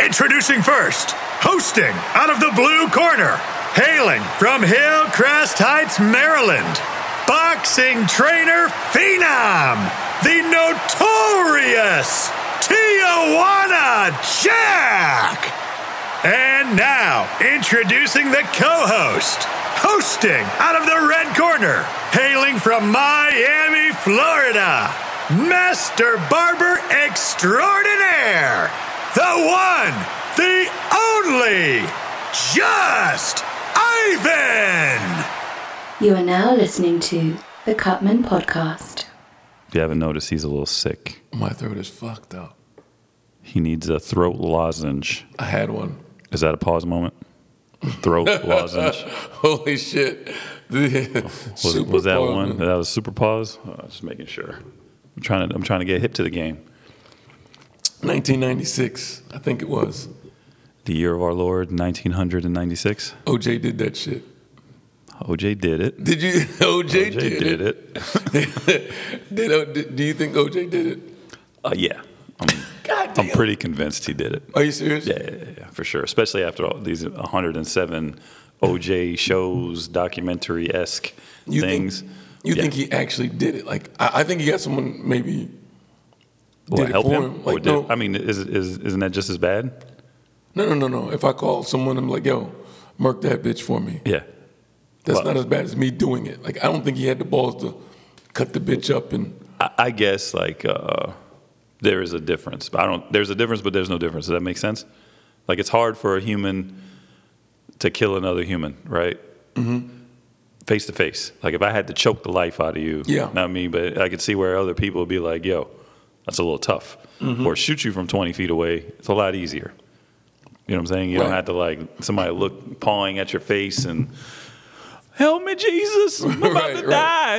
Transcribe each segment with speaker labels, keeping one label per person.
Speaker 1: Introducing first, hosting out of the blue corner, hailing from Hillcrest Heights, Maryland, boxing trainer Phenom, the notorious Tijuana Jack. And now, introducing the co host, hosting out of the red corner, hailing from Miami, Florida, Master Barber Extraordinaire, the one, the only, Just Ivan.
Speaker 2: You are now listening to the Cutman Podcast.
Speaker 3: If you haven't noticed, he's a little sick.
Speaker 4: My throat is fucked up.
Speaker 3: He needs a throat lozenge.
Speaker 4: I had one.
Speaker 3: Is that a pause moment? Throat lozenge.
Speaker 4: Holy shit.
Speaker 3: Was,
Speaker 4: was,
Speaker 3: was that one? That was super pause. Oh, just making sure. I'm trying to. I'm trying to get hip to the game.
Speaker 4: 1996, I think it was.
Speaker 3: The year of our Lord, 1996.
Speaker 4: OJ did that shit.
Speaker 3: OJ did it.
Speaker 4: Did you? OJ,
Speaker 3: OJ
Speaker 4: did,
Speaker 3: did
Speaker 4: it.
Speaker 3: it.
Speaker 4: Did O- did- do you think OJ did it?
Speaker 3: Uh, yeah, I'm,
Speaker 4: God
Speaker 3: I'm
Speaker 4: damn.
Speaker 3: pretty convinced he did it.
Speaker 4: Are you serious?
Speaker 3: Yeah, yeah, yeah, for sure. Especially after all these 107 OJ shows, documentary esque
Speaker 4: You
Speaker 3: things.
Speaker 4: Think, you
Speaker 3: Yeah.
Speaker 4: think he actually did it? Like, I, I think he got someone maybe.
Speaker 3: What,
Speaker 4: did it
Speaker 3: help
Speaker 4: for
Speaker 3: him?
Speaker 4: him?
Speaker 3: Or
Speaker 4: Like,
Speaker 3: did-
Speaker 4: no.
Speaker 3: I mean, is, is, isn't that just as bad?
Speaker 4: No, no, no, no. If I call someone, I'm like, yo, murk that bitch for me.
Speaker 3: Yeah.
Speaker 4: That's
Speaker 3: Well-
Speaker 4: not as bad as me doing it. Like, I don't think he had the balls to cut the bitch up and.
Speaker 3: I, I guess like uh, there is a difference. I don't. There's a difference, but there's no difference. Does that make sense? Like it's hard for a human to kill another human, right? Mm-hmm. Face to face. Like if I had to choke the life out of you,
Speaker 4: Yeah.
Speaker 3: Not me, but I could see where other people would be like, "Yo, that's a little tough," or shoot you from 20 feet away. It's a lot easier. You know what I'm saying? You don't
Speaker 4: Right.
Speaker 3: have to like somebody look pawing at your face and help me, Jesus, I'm about
Speaker 4: Right,
Speaker 3: to
Speaker 4: right.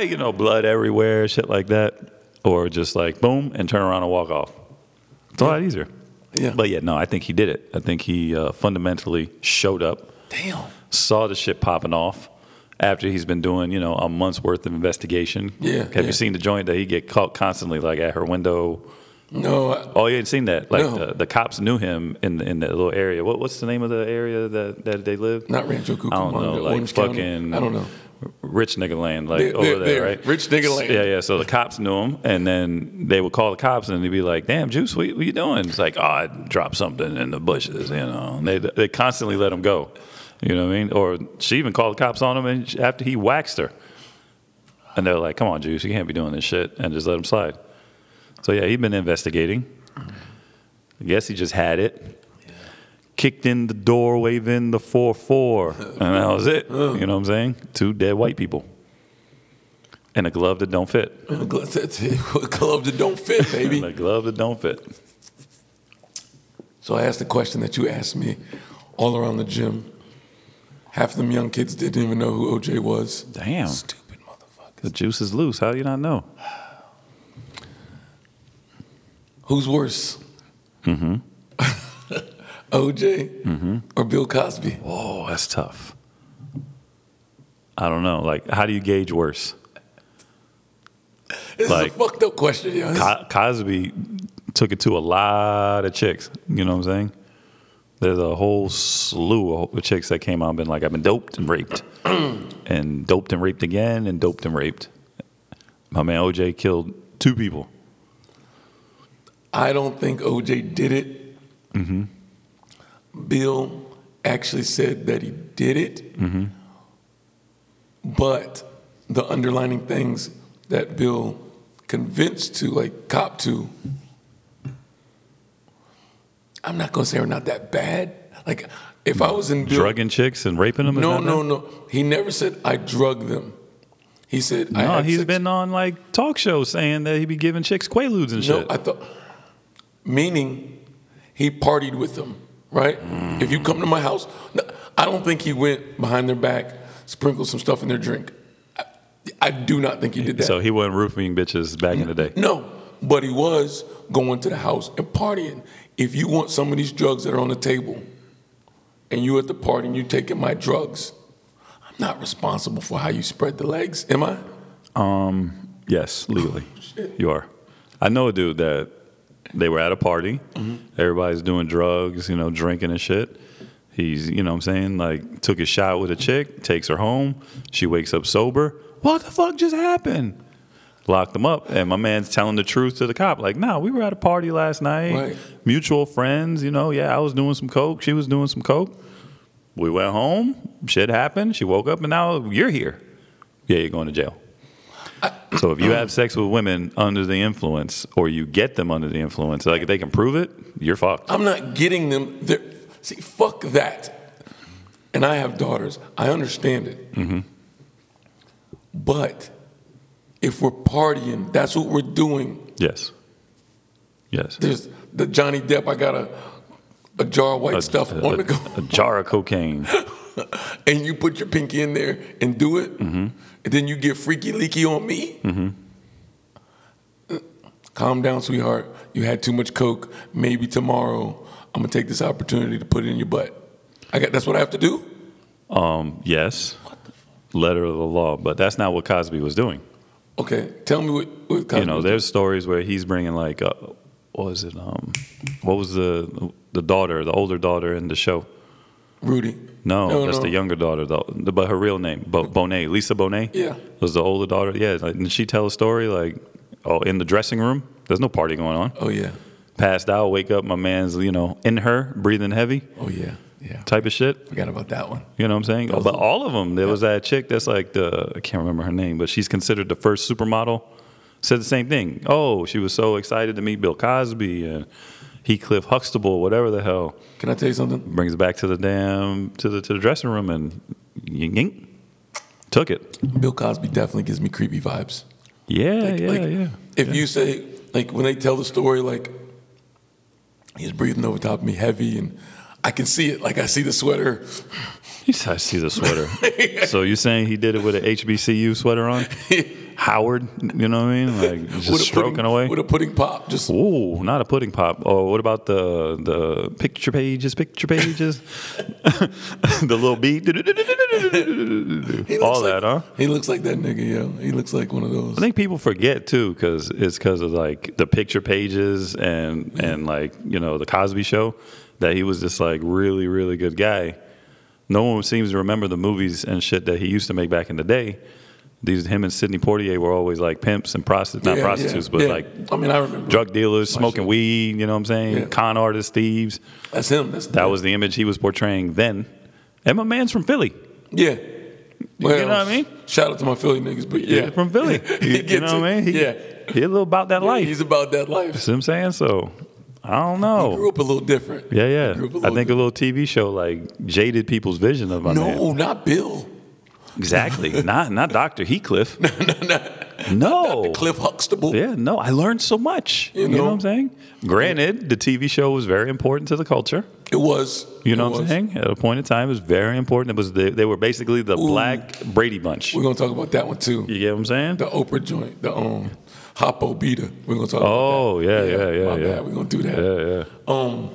Speaker 3: die. You know, blood everywhere, shit like that, or just like boom and turn around and walk off. It's a lot easier.
Speaker 4: Yeah.
Speaker 3: But yeah, no, I think he did it. I think he uh, fundamentally showed up,
Speaker 4: Damn.
Speaker 3: saw the shit popping off. After he's been doing, you know, a month's worth of investigation.
Speaker 4: Yeah,
Speaker 3: Have
Speaker 4: yeah.
Speaker 3: you seen the joint that he get caught constantly, like at her window?
Speaker 4: No, I,
Speaker 3: Oh, you ain't seen that? Like
Speaker 4: No.
Speaker 3: the, the cops knew him in in that little area. What what's the name of the area that, that they live?
Speaker 4: Not Rancho
Speaker 3: I don't
Speaker 4: Cucamonga,
Speaker 3: know, like
Speaker 4: Orange County.
Speaker 3: fucking.
Speaker 4: I don't know.
Speaker 3: Rich nigga land, like
Speaker 4: They're-
Speaker 3: over
Speaker 4: they're-
Speaker 3: there,
Speaker 4: they're
Speaker 3: right?
Speaker 4: rich nigga land.
Speaker 3: Yeah, yeah. So the cops knew him, and then they would call the cops, and they'd be like, "Damn, Juice, what, what you doing?" It's like, "Oh, I dropped something in the bushes," you know. And they they constantly let him go. You know what I mean? Or she even called the cops on him, and she- after he waxed her, and they're like, "Come on, Juice, you can't be doing this shit," and just let him slide. So yeah, he'd been investigating. I guess he just had it. Kicked in the door, waving the 4 4. And that was it. You know what I'm saying? Two dead white people. And a glove that don't fit.
Speaker 4: And a glo- that's it. Gloves that don't fit,
Speaker 3: And a
Speaker 4: baby.
Speaker 3: glove that don't fit.
Speaker 4: so I asked the question that you asked me all around the gym. Half of them young kids didn't even know who OJ was.
Speaker 3: Damn.
Speaker 4: Stupid motherfuckers.
Speaker 3: The juice is loose. How do you not know?
Speaker 4: Who's worse? Mm-hmm. OJ or Bill Cosby?
Speaker 3: Oh, that's tough. I don't know. Like, how do you gauge worse?
Speaker 4: This
Speaker 3: Like-
Speaker 4: is a fucked up question, yo. This-
Speaker 3: Co- Cosby took it to a lot of chicks. You know what I'm saying? There's a whole slew of chicks that came out and been like, I've been doped and raped, and doped and raped again, and doped and raped. My man OJ killed two people.
Speaker 4: I don't think OJ did it.
Speaker 3: Mm-hmm.
Speaker 4: Bill actually said that he did it,
Speaker 3: Mm-hmm.
Speaker 4: but the underlining things that Bill convinced to, like cop to, I'm not gonna say are not that bad. Like if I was in Bill,
Speaker 3: Drugging chicks and raping them. is
Speaker 4: no,
Speaker 3: that
Speaker 4: no,
Speaker 3: it?
Speaker 4: no. He never said I drug them. He said I.
Speaker 3: No,
Speaker 4: had
Speaker 3: he's
Speaker 4: sex-
Speaker 3: been on like talk shows saying that he be giving chicks quaaludes and
Speaker 4: No,
Speaker 3: shit.
Speaker 4: I thought, meaning he partied with them, right? If you come to my house, no, I don't think he went behind their back, sprinkled some stuff in their drink. I, I do not think he did that.
Speaker 3: so he wasn't roofing bitches back in the day.
Speaker 4: no, but he was going to the house and partying. If you want some of these drugs that are on the table and you at the party and you taking my drugs, I'm not responsible for how you spread the legs, am I?
Speaker 3: Um, yes, legally, you are. I know a dude that They were at a party. Everybody's doing drugs, you know, drinking and shit. He's, you know what I'm saying, like took a shot with a chick, takes her home. She wakes up sober. What the fuck just happened? Locked them up. And my man's telling the truth to the cop. Like, nah, we were at a party last night.
Speaker 4: Right.
Speaker 3: Mutual friends, you know, yeah, I was doing some coke. She was doing some coke. We went home. Shit happened. She woke up and now you're here. Yeah, you're going to jail. So if you
Speaker 4: Um,
Speaker 3: have sex with women under the influence, or you get them under the influence, like if they can prove it, you're fucked.
Speaker 4: I'm not getting them. There. See, fuck that. And I have daughters. I understand it.
Speaker 3: Mm-hmm.
Speaker 4: But if we're partying, that's what we're doing.
Speaker 3: Yes. Yes.
Speaker 4: There's the Johnny Depp. I got a a jar of white
Speaker 3: A-
Speaker 4: stuff
Speaker 3: a-
Speaker 4: on the go,
Speaker 3: a jar of cocaine.
Speaker 4: and you put your pinky in there and do it,
Speaker 3: Mm-hmm.
Speaker 4: and then you get freaky leaky on me.
Speaker 3: Mm-hmm.
Speaker 4: Calm down, sweetheart. You had too much coke. Maybe tomorrow I'm gonna take this opportunity to put it in your butt. I got. That's what I have to do.
Speaker 3: Um, yes. Letter of the law, but that's not what Cosby was doing.
Speaker 4: Okay, tell me what. what
Speaker 3: you know, there's stories where he's bringing like, uh, what was it? Um, what was the the daughter, the older daughter in the show?
Speaker 4: Rudy.
Speaker 3: No,
Speaker 4: No,
Speaker 3: that's
Speaker 4: no.
Speaker 3: the younger daughter, though. The- But her real name, Bo- Bonet, Lisa Bonet.
Speaker 4: Yeah.
Speaker 3: was the older daughter. Yeah, like, and she tell a story like, oh, in the dressing room, there's no party going on.
Speaker 4: Oh yeah.
Speaker 3: Passed out, wake up, my man's, you know, in her, breathing heavy,
Speaker 4: Oh yeah. Yeah.
Speaker 3: type of shit.
Speaker 4: Forgot about that one.
Speaker 3: You know what I'm saying? But all of them, there was that chick that's like the I can't remember her name, but she's considered the first supermodel. Said the same thing. Oh, she was so excited to meet Bill Cosby and Heathcliff Huxtable, whatever the hell.
Speaker 4: Can I tell you something?
Speaker 3: Brings it back to the damn to the to the dressing room and ying, ying, took it.
Speaker 4: Bill Cosby definitely gives me creepy vibes.
Speaker 3: Yeah, Oh, yeah,
Speaker 4: like,
Speaker 3: yeah.
Speaker 4: If
Speaker 3: yeah.
Speaker 4: you say like when they tell the story, like he's breathing over top of me heavy, and I can see it. Like I see the sweater.
Speaker 3: He said, I see the sweater. so you're saying he did it with an HBCU sweater on? Howard, you know what I mean? Like
Speaker 4: with
Speaker 3: just
Speaker 4: a
Speaker 3: stroking
Speaker 4: pudding,
Speaker 3: away.
Speaker 4: with a pudding pop. Just
Speaker 3: Ooh, not a pudding pop. Oh, what about the the picture pages, picture pages? the little beat.
Speaker 4: he looks
Speaker 3: All
Speaker 4: like-
Speaker 3: that, huh?
Speaker 4: He looks like that nigga. Yeah, he looks like one of those.
Speaker 3: I think people forget too, because it's because of like the picture pages and and like you know the Cosby Show that he was this like really really good guy. No one seems to remember the movies and shit that he used to make back in the day. These him and Sidney Portier were always like pimps and prostitutes, not
Speaker 4: Yeah,
Speaker 3: prostitutes,
Speaker 4: yeah,
Speaker 3: but
Speaker 4: yeah.
Speaker 3: like
Speaker 4: I mean, I remember.
Speaker 3: drug dealers, smoking
Speaker 4: shit.
Speaker 3: weed. You know what I'm saying?
Speaker 4: Yeah.
Speaker 3: Con artists, thieves.
Speaker 4: That's him. That's
Speaker 3: That was the image he was portraying then. And my man's from Philly.
Speaker 4: yeah.
Speaker 3: know what I mean?
Speaker 4: Shout out to my Philly niggas, but yeah,
Speaker 3: He's from Philly.
Speaker 4: He
Speaker 3: you
Speaker 4: gets
Speaker 3: know what I
Speaker 4: it.
Speaker 3: mean? He,
Speaker 4: yeah,
Speaker 3: he a little about that life.
Speaker 4: he's about that life.
Speaker 3: See what I'm saying? So I don't know.
Speaker 4: Grew up a little different.
Speaker 3: Oh. yeah, yeah.
Speaker 4: Grew up a
Speaker 3: I
Speaker 4: little
Speaker 3: think a little TV show like jaded people's vision of my man.
Speaker 4: No, not Bill.
Speaker 3: Exactly. not not Dr. Heathcliff. no.
Speaker 4: Cliff Huxtable.
Speaker 3: Oh. Yeah, no. I learned so much.
Speaker 4: You
Speaker 3: You know,
Speaker 4: know?
Speaker 3: what I'm saying? Granted, the TV show was very important to the culture.
Speaker 4: It was.
Speaker 3: You know
Speaker 4: It
Speaker 3: what I'm
Speaker 4: was.
Speaker 3: saying? At a point in time, it was very important. It was the, they were basically the black Brady Bunch.
Speaker 4: We're gonna talk about that one too.
Speaker 3: You get what I'm saying?
Speaker 4: The Oprah joint, the um, Hopo Beta. We're gonna talk.
Speaker 3: Oh,
Speaker 4: about
Speaker 3: yeah,
Speaker 4: that.
Speaker 3: yeah, yeah,
Speaker 4: My
Speaker 3: yeah.
Speaker 4: bad. We're gonna do that.
Speaker 3: Yeah, yeah.
Speaker 4: Um,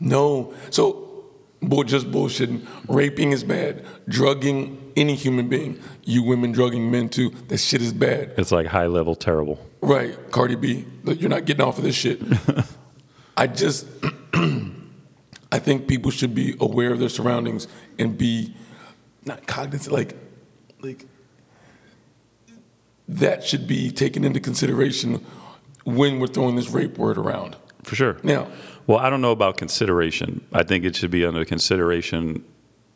Speaker 4: no. So, bull, just bullshitting. Raping is bad. Drugging any human being. You women drugging men too. That shit is bad.
Speaker 3: It's like high level terrible.
Speaker 4: Right, Cardi B, look, you're not getting off of this shit. I just, I think people should be aware of their surroundings and be not cognizant, like, like that should be taken into consideration when we're throwing this rape word around.
Speaker 3: For sure.
Speaker 4: Now,
Speaker 3: Well, I don't know about consideration. I think it should be under consideration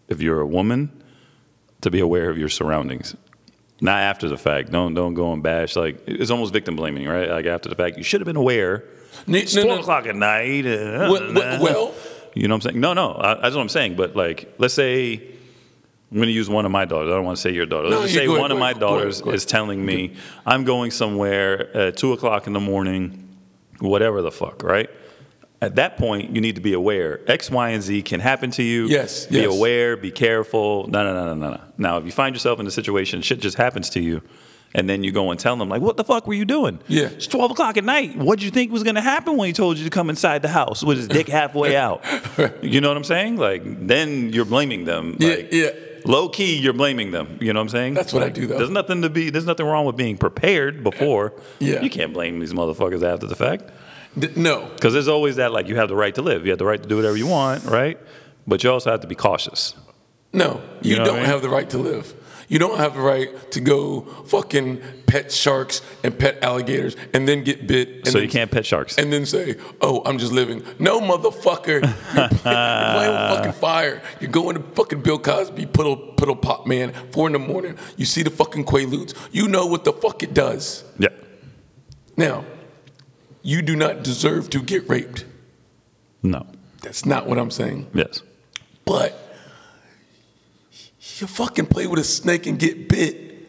Speaker 3: if you're a woman to be aware of your surroundings. Not after the fact. Don't don't go and bash like it's almost victim blaming, right? Like after the fact, you should have been aware.
Speaker 4: n-
Speaker 3: It's
Speaker 4: no,
Speaker 3: four
Speaker 4: no,
Speaker 3: o'clock at night. uh,
Speaker 4: Well- well- well-
Speaker 3: you know what I'm saying? No, no, I, that's what I'm saying. But like, let's say I'm going to use one of my daughters. I don't want to say your daughter. Let's
Speaker 4: No,
Speaker 3: just
Speaker 4: you
Speaker 3: say
Speaker 4: go ahead,
Speaker 3: one of
Speaker 4: go
Speaker 3: my
Speaker 4: ahead, go ahead,
Speaker 3: daughters
Speaker 4: go ahead.
Speaker 3: is telling me I'm going somewhere at two o'clock in the morning, whatever the fuck, right? At that point, you need to be aware. X, Y, and Z can happen to you.
Speaker 4: Yes,
Speaker 3: Be
Speaker 4: yes.
Speaker 3: aware. Be careful. No, no, no, no, no, no. Now, if you find yourself in a situation, shit just happens to you, and then you go and tell them, like, "What the fuck were you doing?
Speaker 4: Yeah.
Speaker 3: It's twelve o'clock at night. What did you think was going to happen when he told you to come inside the house with his dick halfway out? you know what I'm saying? Like, then you're blaming them.
Speaker 4: yeah,
Speaker 3: like,
Speaker 4: yeah.
Speaker 3: low key, you're blaming them. You know what I'm saying?
Speaker 4: That's what I do, though.
Speaker 3: There's nothing to be. There's nothing wrong with being prepared before.
Speaker 4: Yeah.
Speaker 3: You can't blame these motherfuckers after the fact
Speaker 4: D- no,
Speaker 3: because there's always that like you have the right to live. You have the right to do whatever you want, right? But you also have to be cautious.
Speaker 4: no, you,
Speaker 3: You know what
Speaker 4: don't
Speaker 3: I mean?
Speaker 4: have the right to live. You don't have the right to go fucking pet sharks and pet alligators and then get bit. And
Speaker 3: so
Speaker 4: then-
Speaker 3: you can't pet sharks.
Speaker 4: and then say, "Oh, I'm just living." No, motherfucker, you're playing, you're playing with fucking fire. You're going to fucking Bill Cosby puddle puddle pop man four in the morning. You see the fucking quaaludes. You know what the fuck it does.
Speaker 3: yeah.
Speaker 4: Now, you do not deserve to get raped.
Speaker 3: No.
Speaker 4: That's not what I'm saying.
Speaker 3: Yes.
Speaker 4: But you fucking play with a snake and get bit.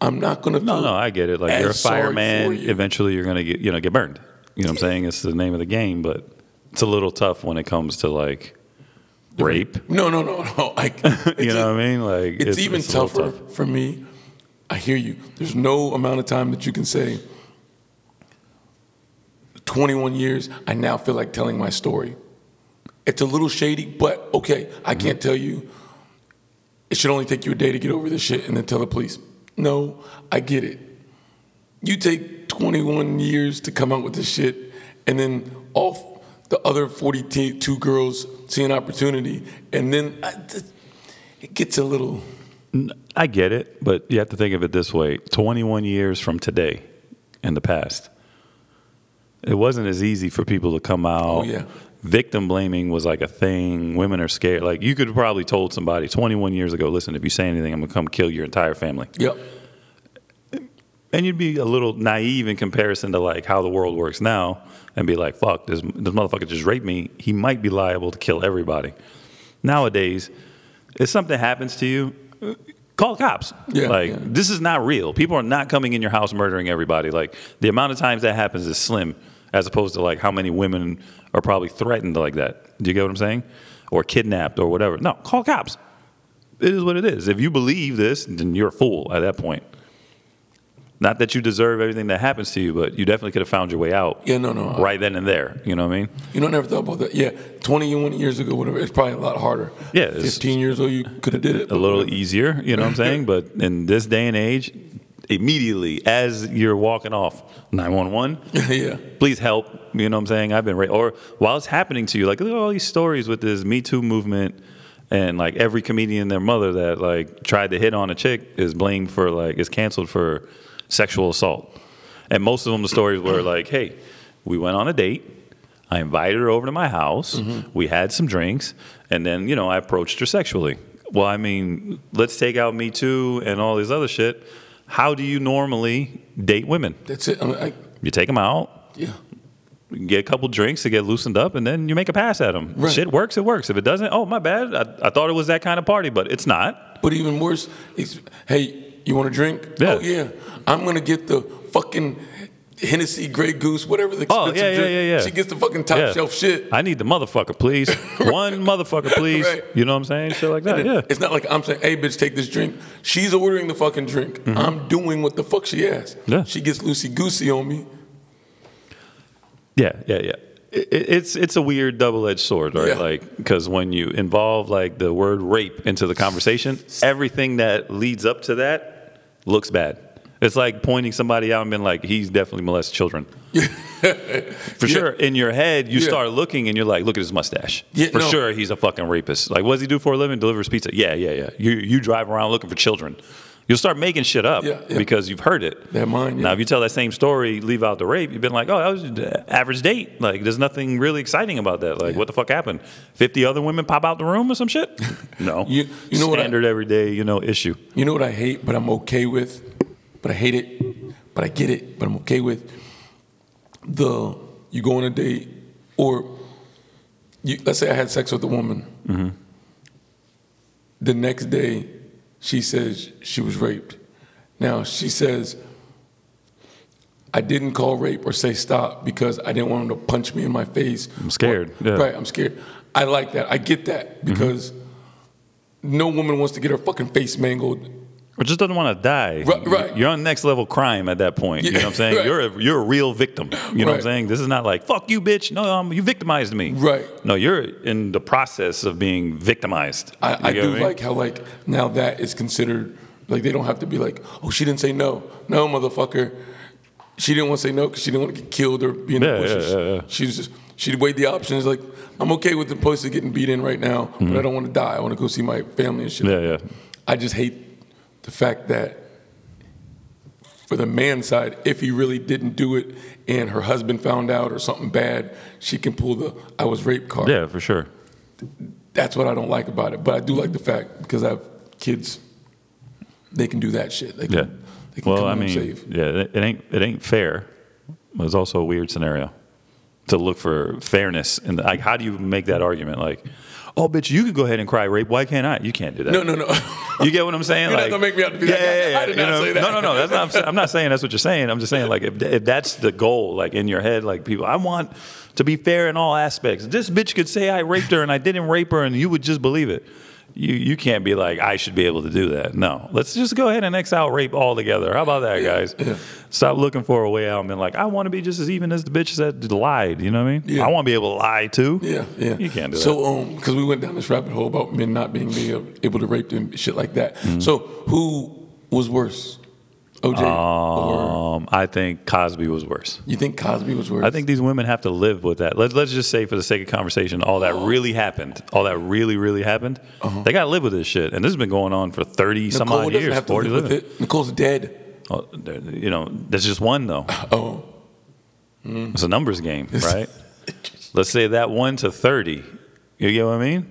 Speaker 4: I'm not gonna.
Speaker 3: No,
Speaker 4: feel
Speaker 3: no, I get it. Like
Speaker 4: as
Speaker 3: you're a
Speaker 4: sorry for
Speaker 3: fireman,
Speaker 4: you.
Speaker 3: eventually you're gonna get you know get burned. You know what I'm saying? It's the name of the game, but it's a little tough when it comes to like rape.
Speaker 4: No, no, no, no. I,
Speaker 3: You know what I mean? Like
Speaker 4: e- It's, even
Speaker 3: a little
Speaker 4: tougher for me. I hear you. There's no amount of time that you can say. 21 years. I now feel like telling my story. It's a little shady, but okay. I
Speaker 3: Mm-hmm.
Speaker 4: can't tell you. It should only take you a day to get over this shit and then tell the police. No, I get it. You take 21 years to come out with this shit, and then off the other 42 girls see an opportunity, and then I, it gets a little.
Speaker 3: I get it, but you have to think of it this way: 21 years from today, in the past, it wasn't as easy for people to come out.
Speaker 4: Oh, yeah.
Speaker 3: Victim blaming was like a thing. Women are scared. Like you could have probably told somebody 21 years ago, "Listen, if you say anything, I'm gonna come kill your entire family."
Speaker 4: Yep.
Speaker 3: and you'd be a little naive in comparison to like how the world works now and be like fuck this, this motherfucker just raped me he might be liable to kill everybody nowadays if something happens to you uh, call the cops
Speaker 4: Yeah,
Speaker 3: like
Speaker 4: yeah.
Speaker 3: this is not real people are not coming in your house murdering everybody like the amount of times that happens is slim as opposed to like how many women are probably threatened like that do you get what i'm saying or kidnapped or whatever no call cops it is what it is if you believe this then you're a fool at that point not that you deserve everything that happens to you, but you definitely could have found your way out
Speaker 4: Yeah, no, no.
Speaker 3: right then and there. You know what I mean?
Speaker 4: You know, I never thought about that. Yeah, 21 years ago, whatever. It's probably a lot harder.
Speaker 3: Yeah, it's-
Speaker 4: 15 years old, you could have did it.
Speaker 3: A little easier, you know what I'm saying? But in this day and age, immediately as you're walking off 911,
Speaker 4: yeah.
Speaker 3: please help. You know what I'm saying? I've been raped. Or while it's happening to you, like look at all these stories with this Me Too movement and like every comedian and their mother that like tried to hit on a chick is blamed for like is canceled for sexual assault. And most of them the stories were like, hey, we went on a date. I invited her over to my house. We had some drinks, and then you know I approached her sexually. Well, I mean, let's take out Me Too and all this other shit. How do you normally date women?
Speaker 4: That's it. I mean, I,
Speaker 3: You take them out,
Speaker 4: yeah.
Speaker 3: get a couple drinks to get loosened up, and then you make a pass at them.
Speaker 4: Right.
Speaker 3: Shit works, it works. If it doesn't, oh my bad. I, I thought it was that kind of party, but it's not.
Speaker 4: But even worse, it's, hey, you want a drink?
Speaker 3: Yeah.
Speaker 4: Oh, yeah. I'm going to get the fucking Hennessy Grey Goose, whatever the
Speaker 3: Oh,
Speaker 4: expensive
Speaker 3: yeah, yeah,
Speaker 4: drink.
Speaker 3: yeah, yeah.
Speaker 4: She gets the fucking top
Speaker 3: Yeah.
Speaker 4: shelf shit.
Speaker 3: I need the motherfucker, please. One motherfucker, please.
Speaker 4: Right.
Speaker 3: You know what I'm saying? Shit like that. Yeah.
Speaker 4: It's not like I'm saying, hey, bitch, take this drink. She's ordering the fucking drink. I'm doing what the fuck she asked.
Speaker 3: Mm-hmm. Yeah.
Speaker 4: She gets loosey goosey on me.
Speaker 3: Yeah, yeah, yeah. It, it- it's it's a weird double edged sword, right?
Speaker 4: Yeah.
Speaker 3: Like because when you involve like the word rape into the conversation, everything that leads up to that looks bad. It's like pointing somebody out and being like, "He's definitely molested children." for
Speaker 4: Yeah.
Speaker 3: sure. In your head, you
Speaker 4: Yeah.
Speaker 3: start looking and you're like, "Look at his mustache."
Speaker 4: Yeah,
Speaker 3: for
Speaker 4: no.
Speaker 3: sure, he's a fucking rapist. Like, what does he do for a living? Delivers pizza. Yeah, yeah, yeah. You you drive around looking for children. You'll start making shit up
Speaker 4: Yeah, yeah.
Speaker 3: because you've heard it.
Speaker 4: That mind,
Speaker 3: Now,
Speaker 4: yeah.
Speaker 3: if you tell that same story, leave out the rape, you've been like, oh, that was just an average date. Like, there's nothing really exciting about that. Like, what the fuck happened? 50 other women pop out the room or some shit? No.
Speaker 4: You- you know what I-
Speaker 3: Standard everyday, you know, issue.
Speaker 4: You know what I hate, but I'm okay with? But I hate it, but I get it, but I'm okay with the you go on a date or you, let's say I had sex with a woman.
Speaker 3: Mm-hmm.
Speaker 4: The next day, she says she was raped. Now she says, I didn't call rape or say stop because I didn't want him to punch me in my face.
Speaker 3: I'm scared, yeah. Mm-hmm.
Speaker 4: Right, I'm scared. I like that. I get that because no woman wants to get her fucking face mangled
Speaker 3: or just doesn't want to die.
Speaker 4: Right, right.
Speaker 3: You're on next level crime at that point. You know what I'm saying?
Speaker 4: right.
Speaker 3: You're a, you're a real victim. You know what I'm
Speaker 4: Right.
Speaker 3: saying? This is not like fuck you, bitch. No, um, you victimized me.
Speaker 4: Right.
Speaker 3: No, you're in the process of being victimized. You
Speaker 4: I, I
Speaker 3: get
Speaker 4: do
Speaker 3: what mean?
Speaker 4: like how like now that is considered like they don't have to be like, oh, she didn't say no, no, motherfucker. She didn't want to say no because she didn't want to get killed or be in
Speaker 3: Yeah,
Speaker 4: the
Speaker 3: yeah,
Speaker 4: bushes.
Speaker 3: yeah, yeah.
Speaker 4: She was just she weighed the options like, I'm okay with the pussy getting beat in right now, but I don't want to die. I want to go see my family and shit.
Speaker 3: Hmm. Yeah, yeah.
Speaker 4: I just hate the fact that for the man side, if he really didn't do it and her husband found out or something bad, she can pull the I was raped card.
Speaker 3: Yeah, for sure.
Speaker 4: That's what I don't like about it. But I do like the fact because I have kids, they can do that shit. They can,
Speaker 3: Yeah.
Speaker 4: They can
Speaker 3: Well,
Speaker 4: come
Speaker 3: I
Speaker 4: home
Speaker 3: mean,
Speaker 4: safe.
Speaker 3: yeah, it it ain't it ain't fair. But it's also a weird scenario to look for fairness and like how do you make that argument? Like, oh, bitch, you can go ahead and cry rape. Why can't I? You can't do that.
Speaker 4: No, no, no.
Speaker 3: You get what I'm saying?
Speaker 4: You're not
Speaker 3: like,
Speaker 4: gonna make me out to be
Speaker 3: yeah,
Speaker 4: that guy.
Speaker 3: yeah, yeah.
Speaker 4: I did
Speaker 3: you
Speaker 4: not
Speaker 3: know?
Speaker 4: say that.
Speaker 3: No, no, no. That's not. I'm sa- I'm not saying that's what you're saying. I'm just saying like if, if that's the goal, like in your head, like people, I want to be fair in all aspects. This bitch could say I raped her and I didn't rape her, and you would just believe it. You you can't be like I should be able to do that. No, let's just go ahead and X out rape altogether. How about that, guys? Stop looking for a way out and being like I want to be just as even as the bitches that lied. You know what I mean?
Speaker 4: Yeah.
Speaker 3: I want to be able to lie too.
Speaker 4: Yeah, yeah.
Speaker 3: You can't do
Speaker 4: so, um, because we went down this rabbit hole about men not being being able- able to rape them, shit like that.
Speaker 3: Mm-hmm.
Speaker 4: So, who was worse,
Speaker 3: Uh,
Speaker 4: OJ
Speaker 3: that.
Speaker 4: or
Speaker 3: Um, I think Cosby was worse.
Speaker 4: you think Cosby was worse?
Speaker 3: I think these women have to live with that. Let's let's just say, for the sake of conversation, all that really happened. All that really, really happened. They got to live with this shit, and this has been going on for thirty some
Speaker 4: Uh-huh. Nicole
Speaker 3: odd
Speaker 4: doesn't
Speaker 3: years.
Speaker 4: have to
Speaker 3: 40
Speaker 4: live with
Speaker 3: living.
Speaker 4: it. Nicole's dead.
Speaker 3: Oh, there- you know, that's just one though.
Speaker 4: Oh,
Speaker 3: It's a numbers game, right? Let's say that one to thirty. You get what I mean?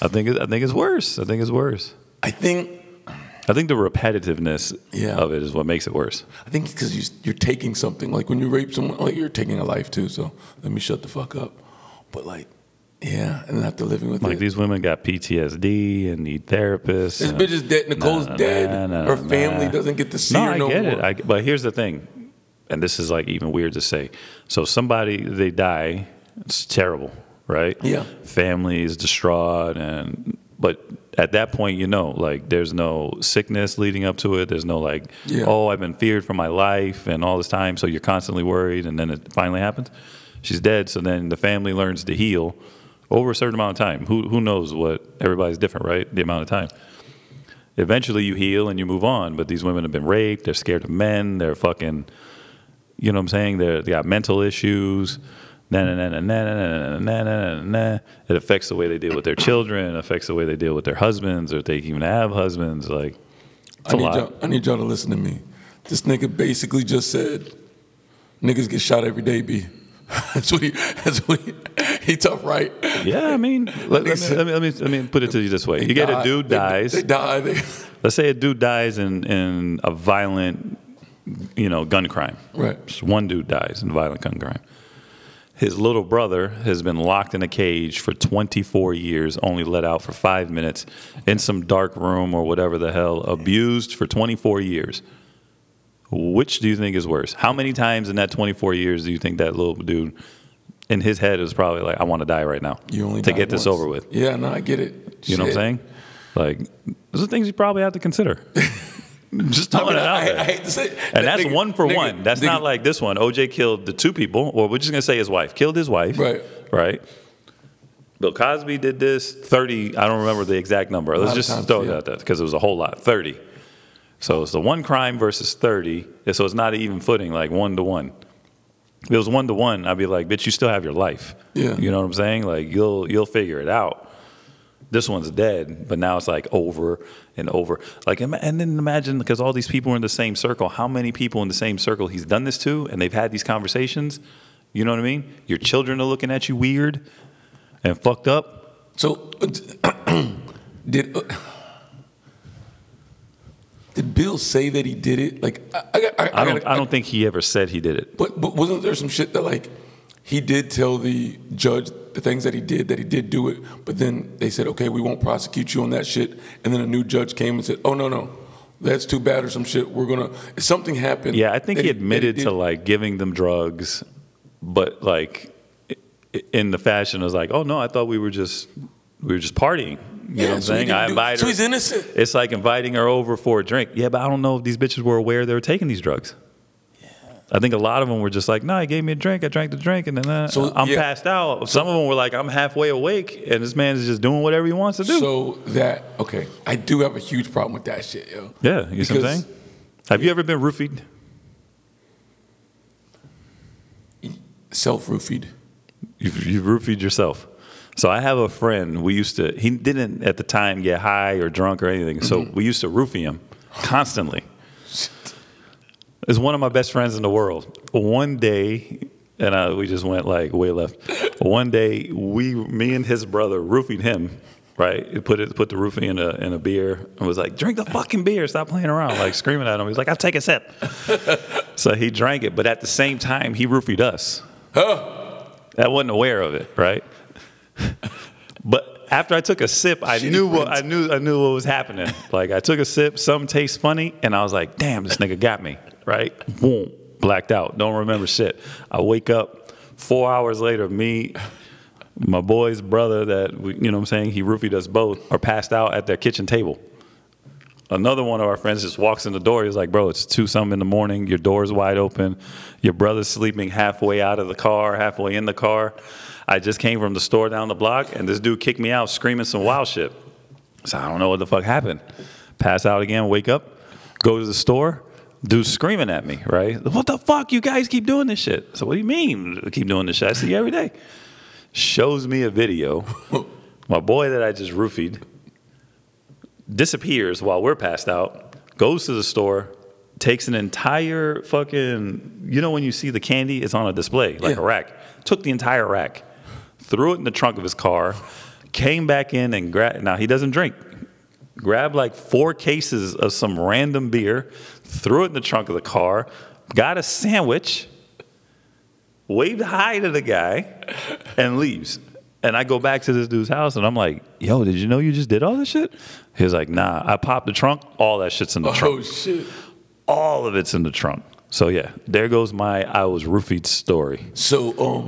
Speaker 3: I think it, I think it's worse. I think it's worse.
Speaker 4: I think
Speaker 3: I think the repetitiveness
Speaker 4: Yeah.
Speaker 3: of it is what makes it worse.
Speaker 4: I think because you, you're taking something. Like when you rape someone, like you're taking a life too. So let me shut the fuck up. But like, yeah, and after living with
Speaker 3: Like
Speaker 4: it,
Speaker 3: these women got PTSD and need therapists.
Speaker 4: this
Speaker 3: and-
Speaker 4: bitch is dead. Nicole's
Speaker 3: nah,
Speaker 4: dead.
Speaker 3: nah,
Speaker 4: her
Speaker 3: nah.
Speaker 4: family doesn't get to see
Speaker 3: no,
Speaker 4: her
Speaker 3: I
Speaker 4: no
Speaker 3: get
Speaker 4: more.
Speaker 3: it. I, but here's the thing, and this is like even weird to say. So somebody they die, it's terrible, right?
Speaker 4: Yeah.
Speaker 3: Family is distraught, and but at that point, you know, like there's no sickness leading up to it. There's no like,
Speaker 4: Yeah.
Speaker 3: oh, I've been feared for my life and all this time, so you're constantly worried, and then it finally happens. She's dead, so then the family learns to heal over a certain amount of time. Who who knows what everybody's different, right? The amount of time eventually you heal and you move on. But these women have been raped. They're scared of men. They're fucking, you know what I'm saying? They're, they got mental issues. Na na na na na na na na na na na. It affects the way they deal with their children. It affects the way they deal with their husbands, or if they even have husbands. Like, it's
Speaker 4: I
Speaker 3: a
Speaker 4: need
Speaker 3: lot.
Speaker 4: y'all. I need y'all to listen to me. This nigga basically just said, "Niggas get shot every day, b." that's what he. That's what he. He tough, right?
Speaker 3: Yeah, I mean, let, let, me,
Speaker 4: Listen.
Speaker 3: let me let me let me put it to you this way: you get a dude
Speaker 4: they-
Speaker 3: dies.
Speaker 4: They, die. They,
Speaker 3: Let's say a dude dies in in a violent, you know, gun crime.
Speaker 4: right.
Speaker 3: Just one dude dies in violent gun crime. His little brother has been locked in a cage for 24 years, only let out for five minutes in some dark room or whatever the hell, abused for 24 years. Which do you think is worse? How many times in that 24 years do you think that little dude in his head is probably like, I want to die right now
Speaker 4: You only
Speaker 3: to
Speaker 4: die
Speaker 3: get this
Speaker 4: once.
Speaker 3: over with?
Speaker 4: Yeah, no, I get it.
Speaker 3: You know what I'm saying? Like, those are things you probably have to consider. Just
Speaker 4: I,
Speaker 3: throwing
Speaker 4: mean,
Speaker 3: it out
Speaker 4: I,
Speaker 3: there.
Speaker 4: I, I hate to say, it.
Speaker 3: And that's
Speaker 4: Nigga-
Speaker 3: one for
Speaker 4: nigga-
Speaker 3: one. That's
Speaker 4: nigga-
Speaker 3: not like this one. OJ killed the two people, or we're just gonna say his wife killed his wife.
Speaker 4: Right.
Speaker 3: Right. Bill Cosby did this. Thirty. I don't remember the exact number. Let's
Speaker 4: of
Speaker 3: just
Speaker 4: times,
Speaker 3: throw it
Speaker 4: yeah.
Speaker 3: out there because it was a whole lot. Thirty. So it's the one crime versus thirty. And so it's not an even footing, like one to one. If it was one to one, I'd be like, bitch, you still have your life.
Speaker 4: Yeah.
Speaker 3: You know what I'm saying? Like you'll you'll figure it out. This one's dead, but now it's like over and over. Like, ima- and then imagine because all these people are in the same circle. How many people in the same circle he's done this to, and they've had these conversations? You know what I mean? Your children are looking at you weird and fucked up.
Speaker 4: So, did uh, did Bill say that he did it? Like, I, I, I,
Speaker 3: I don't.
Speaker 4: gotta-
Speaker 3: I don't think he ever said he did it.
Speaker 4: But, but wasn't there some shit that like he did tell the judge the things that he did that he did do it, but then they said, okay, we won't prosecute you on that shit, and then a new judge came and said, oh no no, that's too bad or some shit. We're gonna something happened.
Speaker 3: Yeah, I think
Speaker 4: that
Speaker 3: he
Speaker 4: that
Speaker 3: admitted
Speaker 4: did.
Speaker 3: to like giving them drugs, but like i- in the fashion of like, oh no, I thought we were just we were just partying. You know what I'm
Speaker 4: so he
Speaker 3: saying?
Speaker 4: didn't
Speaker 3: I
Speaker 4: do-
Speaker 3: invite
Speaker 4: So
Speaker 3: her.
Speaker 4: he's innocent.
Speaker 3: It's like inviting her over for a drink. Yeah, but I don't know if these bitches were aware they were taking these drugs. I think a lot of them were just like, no, he gave me a drink. I drank the drink, and then uh,
Speaker 4: So,
Speaker 3: I'm
Speaker 4: yeah.
Speaker 3: passed out. Some of them were like, I'm halfway awake, and this man is just doing whatever he wants to do.
Speaker 4: So that okay, I do have a huge problem with that shit, yo.
Speaker 3: yeah, you see what I'm
Speaker 4: Because-
Speaker 3: saying? Have you ever been roofied?
Speaker 4: Self roofied.
Speaker 3: You've, you've roofied yourself. So I have a friend. We used to. He didn't at the time get high or drunk or anything. So we used to roofie him constantly. Is one of my best friends in the world. One day, and I, we just went like way left. One day, we, me and his brother, roofied him. Right, He put it, put the roofie in a in a beer, and was like, "Drink the fucking beer! Stop playing around!" Like screaming at him. He's like, "I'll take a sip." so he drank it, but at the same time, he roofied us. I wasn't aware of it, right? but after I took a sip, I knew what I knew. I knew what was happening. Like I took a sip, some taste funny, and I was like, "Damn, this nigga got me!" Right? Boom, blacked out. Don't remember shit. I wake up four hours later. Me, my boy's brother, that we, you know, what I'm saying he roofied us both, are passed out at their kitchen table. Another one of our friends just walks in the door. He's like, "Bro, it's two something in the morning. Your door's wide open. Your brother's sleeping halfway out of the car, halfway in the car. I just came from the store down the block, and this dude kicked me out, screaming some wild shit. So I don't know what the fuck happened. Pass out again. Wake up. Go to the store. Dude's screaming at me. Right? What the fuck? You guys keep doing this shit. So what do you mean? Keep doing this shit? I see you every day. Shows me a video. My boy that I just roofied disappears while we're passed out, goes to the store, takes an entire fucking, you know, when you see the candy, it's on a display, like
Speaker 4: Yeah.
Speaker 3: a rack. Took the entire rack, threw it in the trunk of his car, came back in and grabbed, now he doesn't drink. Grabbed like four cases of some random beer, threw it in the trunk of the car, got a sandwich, waved hi to the guy, and leaves. And I go back to this dude's house and I'm like, yo, did you know you just did all this shit? He was like, nah, I popped the trunk. All that shit's in the trunk.
Speaker 4: Oh shit.
Speaker 3: All of it's in the trunk. So yeah, there goes my I was roofied story.
Speaker 4: So um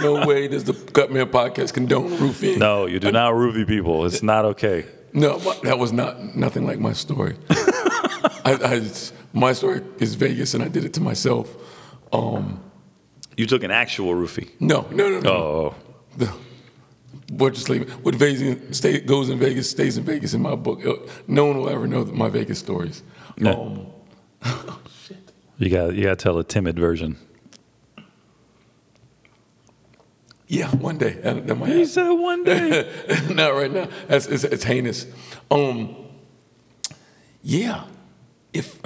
Speaker 4: no way does the Cutman podcast condone roofing.
Speaker 3: No, you do not roofie people. It's not okay.
Speaker 4: No, my- that was not nothing like my story. I, I, my story is Vegas, and I did it to myself. Um,
Speaker 3: You took an actual roofie.
Speaker 4: no, no, no, no.
Speaker 3: Oh,
Speaker 4: The, we're just leaving. What Vegas stay, goes in Vegas stays in Vegas. In my book, Uh, no one will ever know my Vegas stories.
Speaker 3: Yeah.
Speaker 4: Um,
Speaker 3: you got you got to tell a timid version.
Speaker 4: yeah, one day that, that might
Speaker 3: He
Speaker 4: happen.
Speaker 3: said one day.
Speaker 4: not right now. That's it's, it's heinous. Um, yeah, if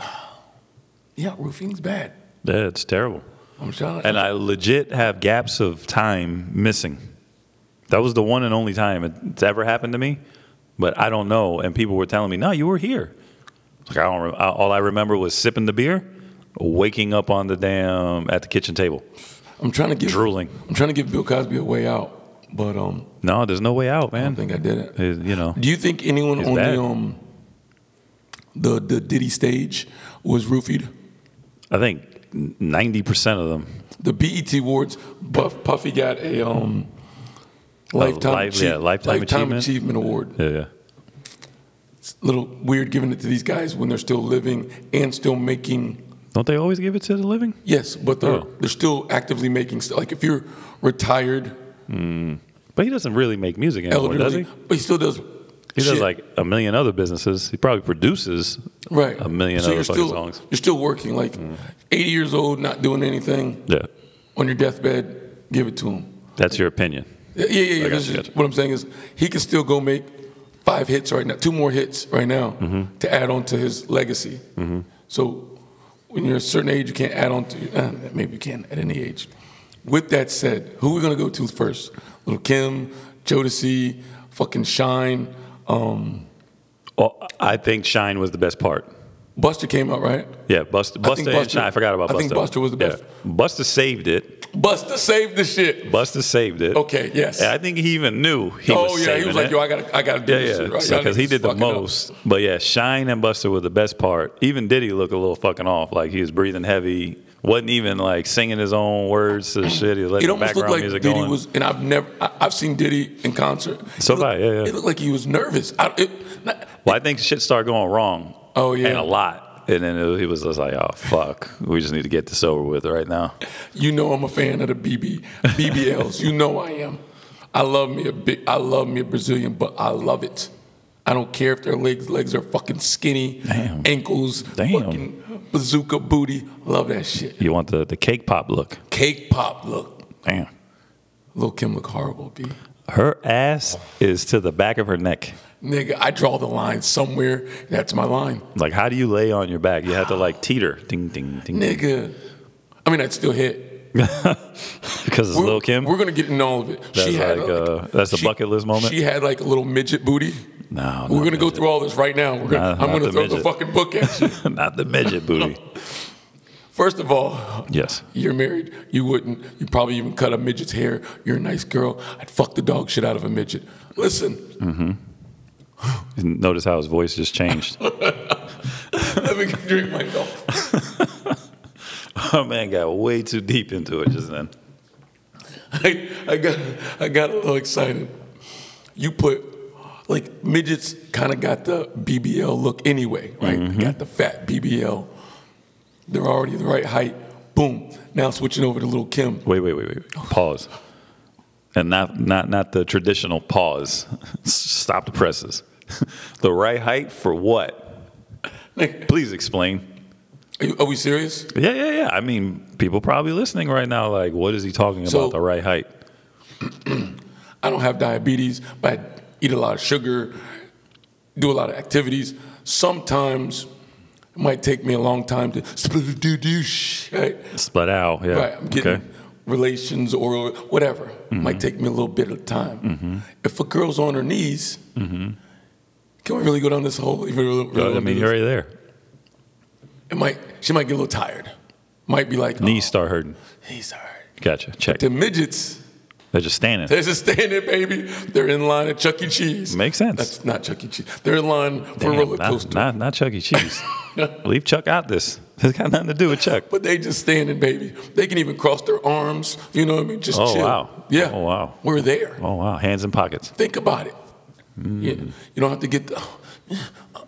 Speaker 4: yeah, roofing's bad.
Speaker 3: yeah, it's terrible.
Speaker 4: I'm trying.
Speaker 3: And I legit have gaps of time missing. That was the one and only time it's ever happened to me. But I don't know. And people were telling me, no, you were here. Like, I don't, rem- I- all I remember was sipping the beer, waking up on the damn, at the kitchen table,
Speaker 4: I'm trying to give
Speaker 3: drooling.
Speaker 4: I'm trying to give Bill Cosby a way out, but um,
Speaker 3: No, there's no way out,
Speaker 4: I
Speaker 3: man.
Speaker 4: don't think I did it.
Speaker 3: It- you know,
Speaker 4: Do you think anyone
Speaker 3: He's
Speaker 4: on
Speaker 3: bad.
Speaker 4: the um, the the Diddy stage was roofied?
Speaker 3: I think 90% of them.
Speaker 4: The BET Awards, Buff Puffy got a um, lifetime
Speaker 3: life-
Speaker 4: achie-
Speaker 3: yeah, lifetime achievement.
Speaker 4: achievement award.
Speaker 3: Yeah, yeah.
Speaker 4: It's a little weird giving it to these guys when they're still living and still making.
Speaker 3: Don't they always give it to the living?
Speaker 4: Yes, but they're
Speaker 3: Oh.
Speaker 4: they're still actively making. st- Like if you're retired,
Speaker 3: But he doesn't really make music anymore, Oh, does
Speaker 4: elderly,
Speaker 3: he?
Speaker 4: but he still does.
Speaker 3: He does
Speaker 4: shit.
Speaker 3: like a million other businesses. He probably produces
Speaker 4: right
Speaker 3: a million
Speaker 4: so
Speaker 3: other
Speaker 4: you're
Speaker 3: fucking
Speaker 4: still,
Speaker 3: songs. Mm-hmm.
Speaker 4: You're still working, like 80 years old, not doing anything.
Speaker 3: Yeah.
Speaker 4: On your deathbed, give it to him.
Speaker 3: That's your opinion.
Speaker 4: Yeah, yeah, yeah.
Speaker 3: I
Speaker 4: this
Speaker 3: gotcha,
Speaker 4: is-
Speaker 3: gotcha.
Speaker 4: what I'm saying is, he can still go make five hits right now, two more hits right now
Speaker 3: Mm-hmm.
Speaker 4: to add on to his legacy. So when you're a certain age, you can't add on to. Uh, maybe you can at any age. With that said, who are we gonna go to first? Little Kim, Jodeci, fucking Shine. Um,
Speaker 3: Well, I think Shine was the best part.
Speaker 4: Buster came out right.
Speaker 3: Yeah, Buster.
Speaker 4: I think
Speaker 3: Buster.
Speaker 4: Buster-
Speaker 3: nah, I forgot about
Speaker 4: I
Speaker 3: Buster.
Speaker 4: think Buster was the best.
Speaker 3: Buster saved it.
Speaker 4: Buster saved the shit.
Speaker 3: Buster saved it.
Speaker 4: Okay, yes.
Speaker 3: Yeah, I think he even knew he
Speaker 4: oh
Speaker 3: was
Speaker 4: yeah,
Speaker 3: saving
Speaker 4: he was like,
Speaker 3: it.
Speaker 4: yo, I gotta, I gotta do
Speaker 3: yeah,
Speaker 4: this
Speaker 3: yeah.
Speaker 4: shit. Right?
Speaker 3: So,
Speaker 4: Y'all
Speaker 3: because he
Speaker 4: niggas
Speaker 3: did the
Speaker 4: fucking up.
Speaker 3: most. But yeah, Shine and Buster were the best part. Even Diddy looked a little fucking off. Like he was breathing heavy. Wasn't even like singing his own words to the shit. He was letting
Speaker 4: It
Speaker 3: the
Speaker 4: almost looked
Speaker 3: background
Speaker 4: like
Speaker 3: music
Speaker 4: Diddy
Speaker 3: going.
Speaker 4: was, and I've never, I, I've seen Diddy in concert.
Speaker 3: So
Speaker 4: It looked-
Speaker 3: have I, yeah, yeah.
Speaker 4: It looked like he was nervous. I, it, not,
Speaker 3: well, I think shit started going wrong.
Speaker 4: Oh, yeah.
Speaker 3: and a lot. And then it, he was just like, oh fuck, we just need to get this over with right now.
Speaker 4: you know, I'm a fan of the BB, BBLs. you know, I am. I love me a big, I love me a Brazilian, but I love it. I don't care if their legs, legs are fucking skinny,
Speaker 3: Damn.
Speaker 4: ankles,
Speaker 3: Damn.
Speaker 4: fucking bazooka booty. Love that shit.
Speaker 3: You want the the cake pop look?
Speaker 4: Cake pop look.
Speaker 3: Damn.
Speaker 4: Lil Kim look horrible, B.
Speaker 3: Her ass is to the back of her neck.
Speaker 4: Nigga, I draw the line somewhere. That's my line.
Speaker 3: Like, how do you lay on your back? You have to like teeter, ding, ding, ding,
Speaker 4: Nigga. I mean, I'd still hit.
Speaker 3: because it's Lil Kim.
Speaker 4: We're gonna get into all of it.
Speaker 3: That's like, uh, that's a
Speaker 4: she-
Speaker 3: bucket list moment?
Speaker 4: She had like a little midget booty.
Speaker 3: no,
Speaker 4: We're gonna go through all this right now. We're gonna,
Speaker 3: Nah,
Speaker 4: I'm
Speaker 3: not
Speaker 4: gonna
Speaker 3: the
Speaker 4: throw the
Speaker 3: midget.
Speaker 4: fucking book at you.
Speaker 3: through. Not the midget booty.
Speaker 4: First of all,
Speaker 3: Yes.
Speaker 4: you're married. You wouldn't. You probably even cut a midget's hair. You're a nice girl. I'd fuck the dog shit out of a midget. Listen,
Speaker 3: Notice how his voice just changed.
Speaker 4: let me drink my coffee.
Speaker 3: Our Oh, man got way too deep into it just then.
Speaker 4: I, I got I got a little excited. You put like midgets kind of got the BBL look anyway, right? They got the fat BBL. They're already the right height. Boom. Now switching over to little Kim.
Speaker 3: Wait, wait, wait, wait. wait. Pause. And not not not the traditional pause. Stop the presses. the right height for what?
Speaker 4: Like,
Speaker 3: Please explain.
Speaker 4: are, you- are we serious?
Speaker 3: Yeah, yeah, yeah. I mean, people probably listening right now, like, what is he talking about?
Speaker 4: So-
Speaker 3: the right height.
Speaker 4: I don't have diabetes, but I eat a lot of sugar, do a lot of activities. Sometimes it might take me a long time to split do do right?
Speaker 3: Split out. Yeah.
Speaker 4: Right, I'm getting
Speaker 3: okay. Mm-hmm.
Speaker 4: relations or whatever. Might take me a little bit of time. If a girl's on her knees,
Speaker 3: Mm-hmm.
Speaker 4: can we really go down this hole? If we really- really
Speaker 3: I
Speaker 4: wanna
Speaker 3: mean,
Speaker 4: do
Speaker 3: you're
Speaker 4: this?
Speaker 3: already there.
Speaker 4: it might she might get a little tired. Might be like
Speaker 3: Knees
Speaker 4: oh,
Speaker 3: start hurting.
Speaker 4: knees hurt.
Speaker 3: Gotcha. Check.
Speaker 4: The midgets,
Speaker 3: They're just standing.
Speaker 4: they're just standing, baby. They're in line at Chuck E. Cheese.
Speaker 3: Makes sense.
Speaker 4: That's not Chuck E. Cheese. They're in line for
Speaker 3: Damn,
Speaker 4: a roller
Speaker 3: not-
Speaker 4: coaster.
Speaker 3: Not, not, Chuck E. Cheese. Leave Chuck out this. It's got nothing to do with Chuck.
Speaker 4: But they just standing, baby. They can even cross their arms. You know what I mean? Just
Speaker 3: Oh,
Speaker 4: chill.
Speaker 3: wow.
Speaker 4: Yeah.
Speaker 3: Oh, wow.
Speaker 4: We're there.
Speaker 3: Oh, wow. Hands in pockets.
Speaker 4: Think about it. Yeah.
Speaker 3: Mm.
Speaker 4: You don't have to get the,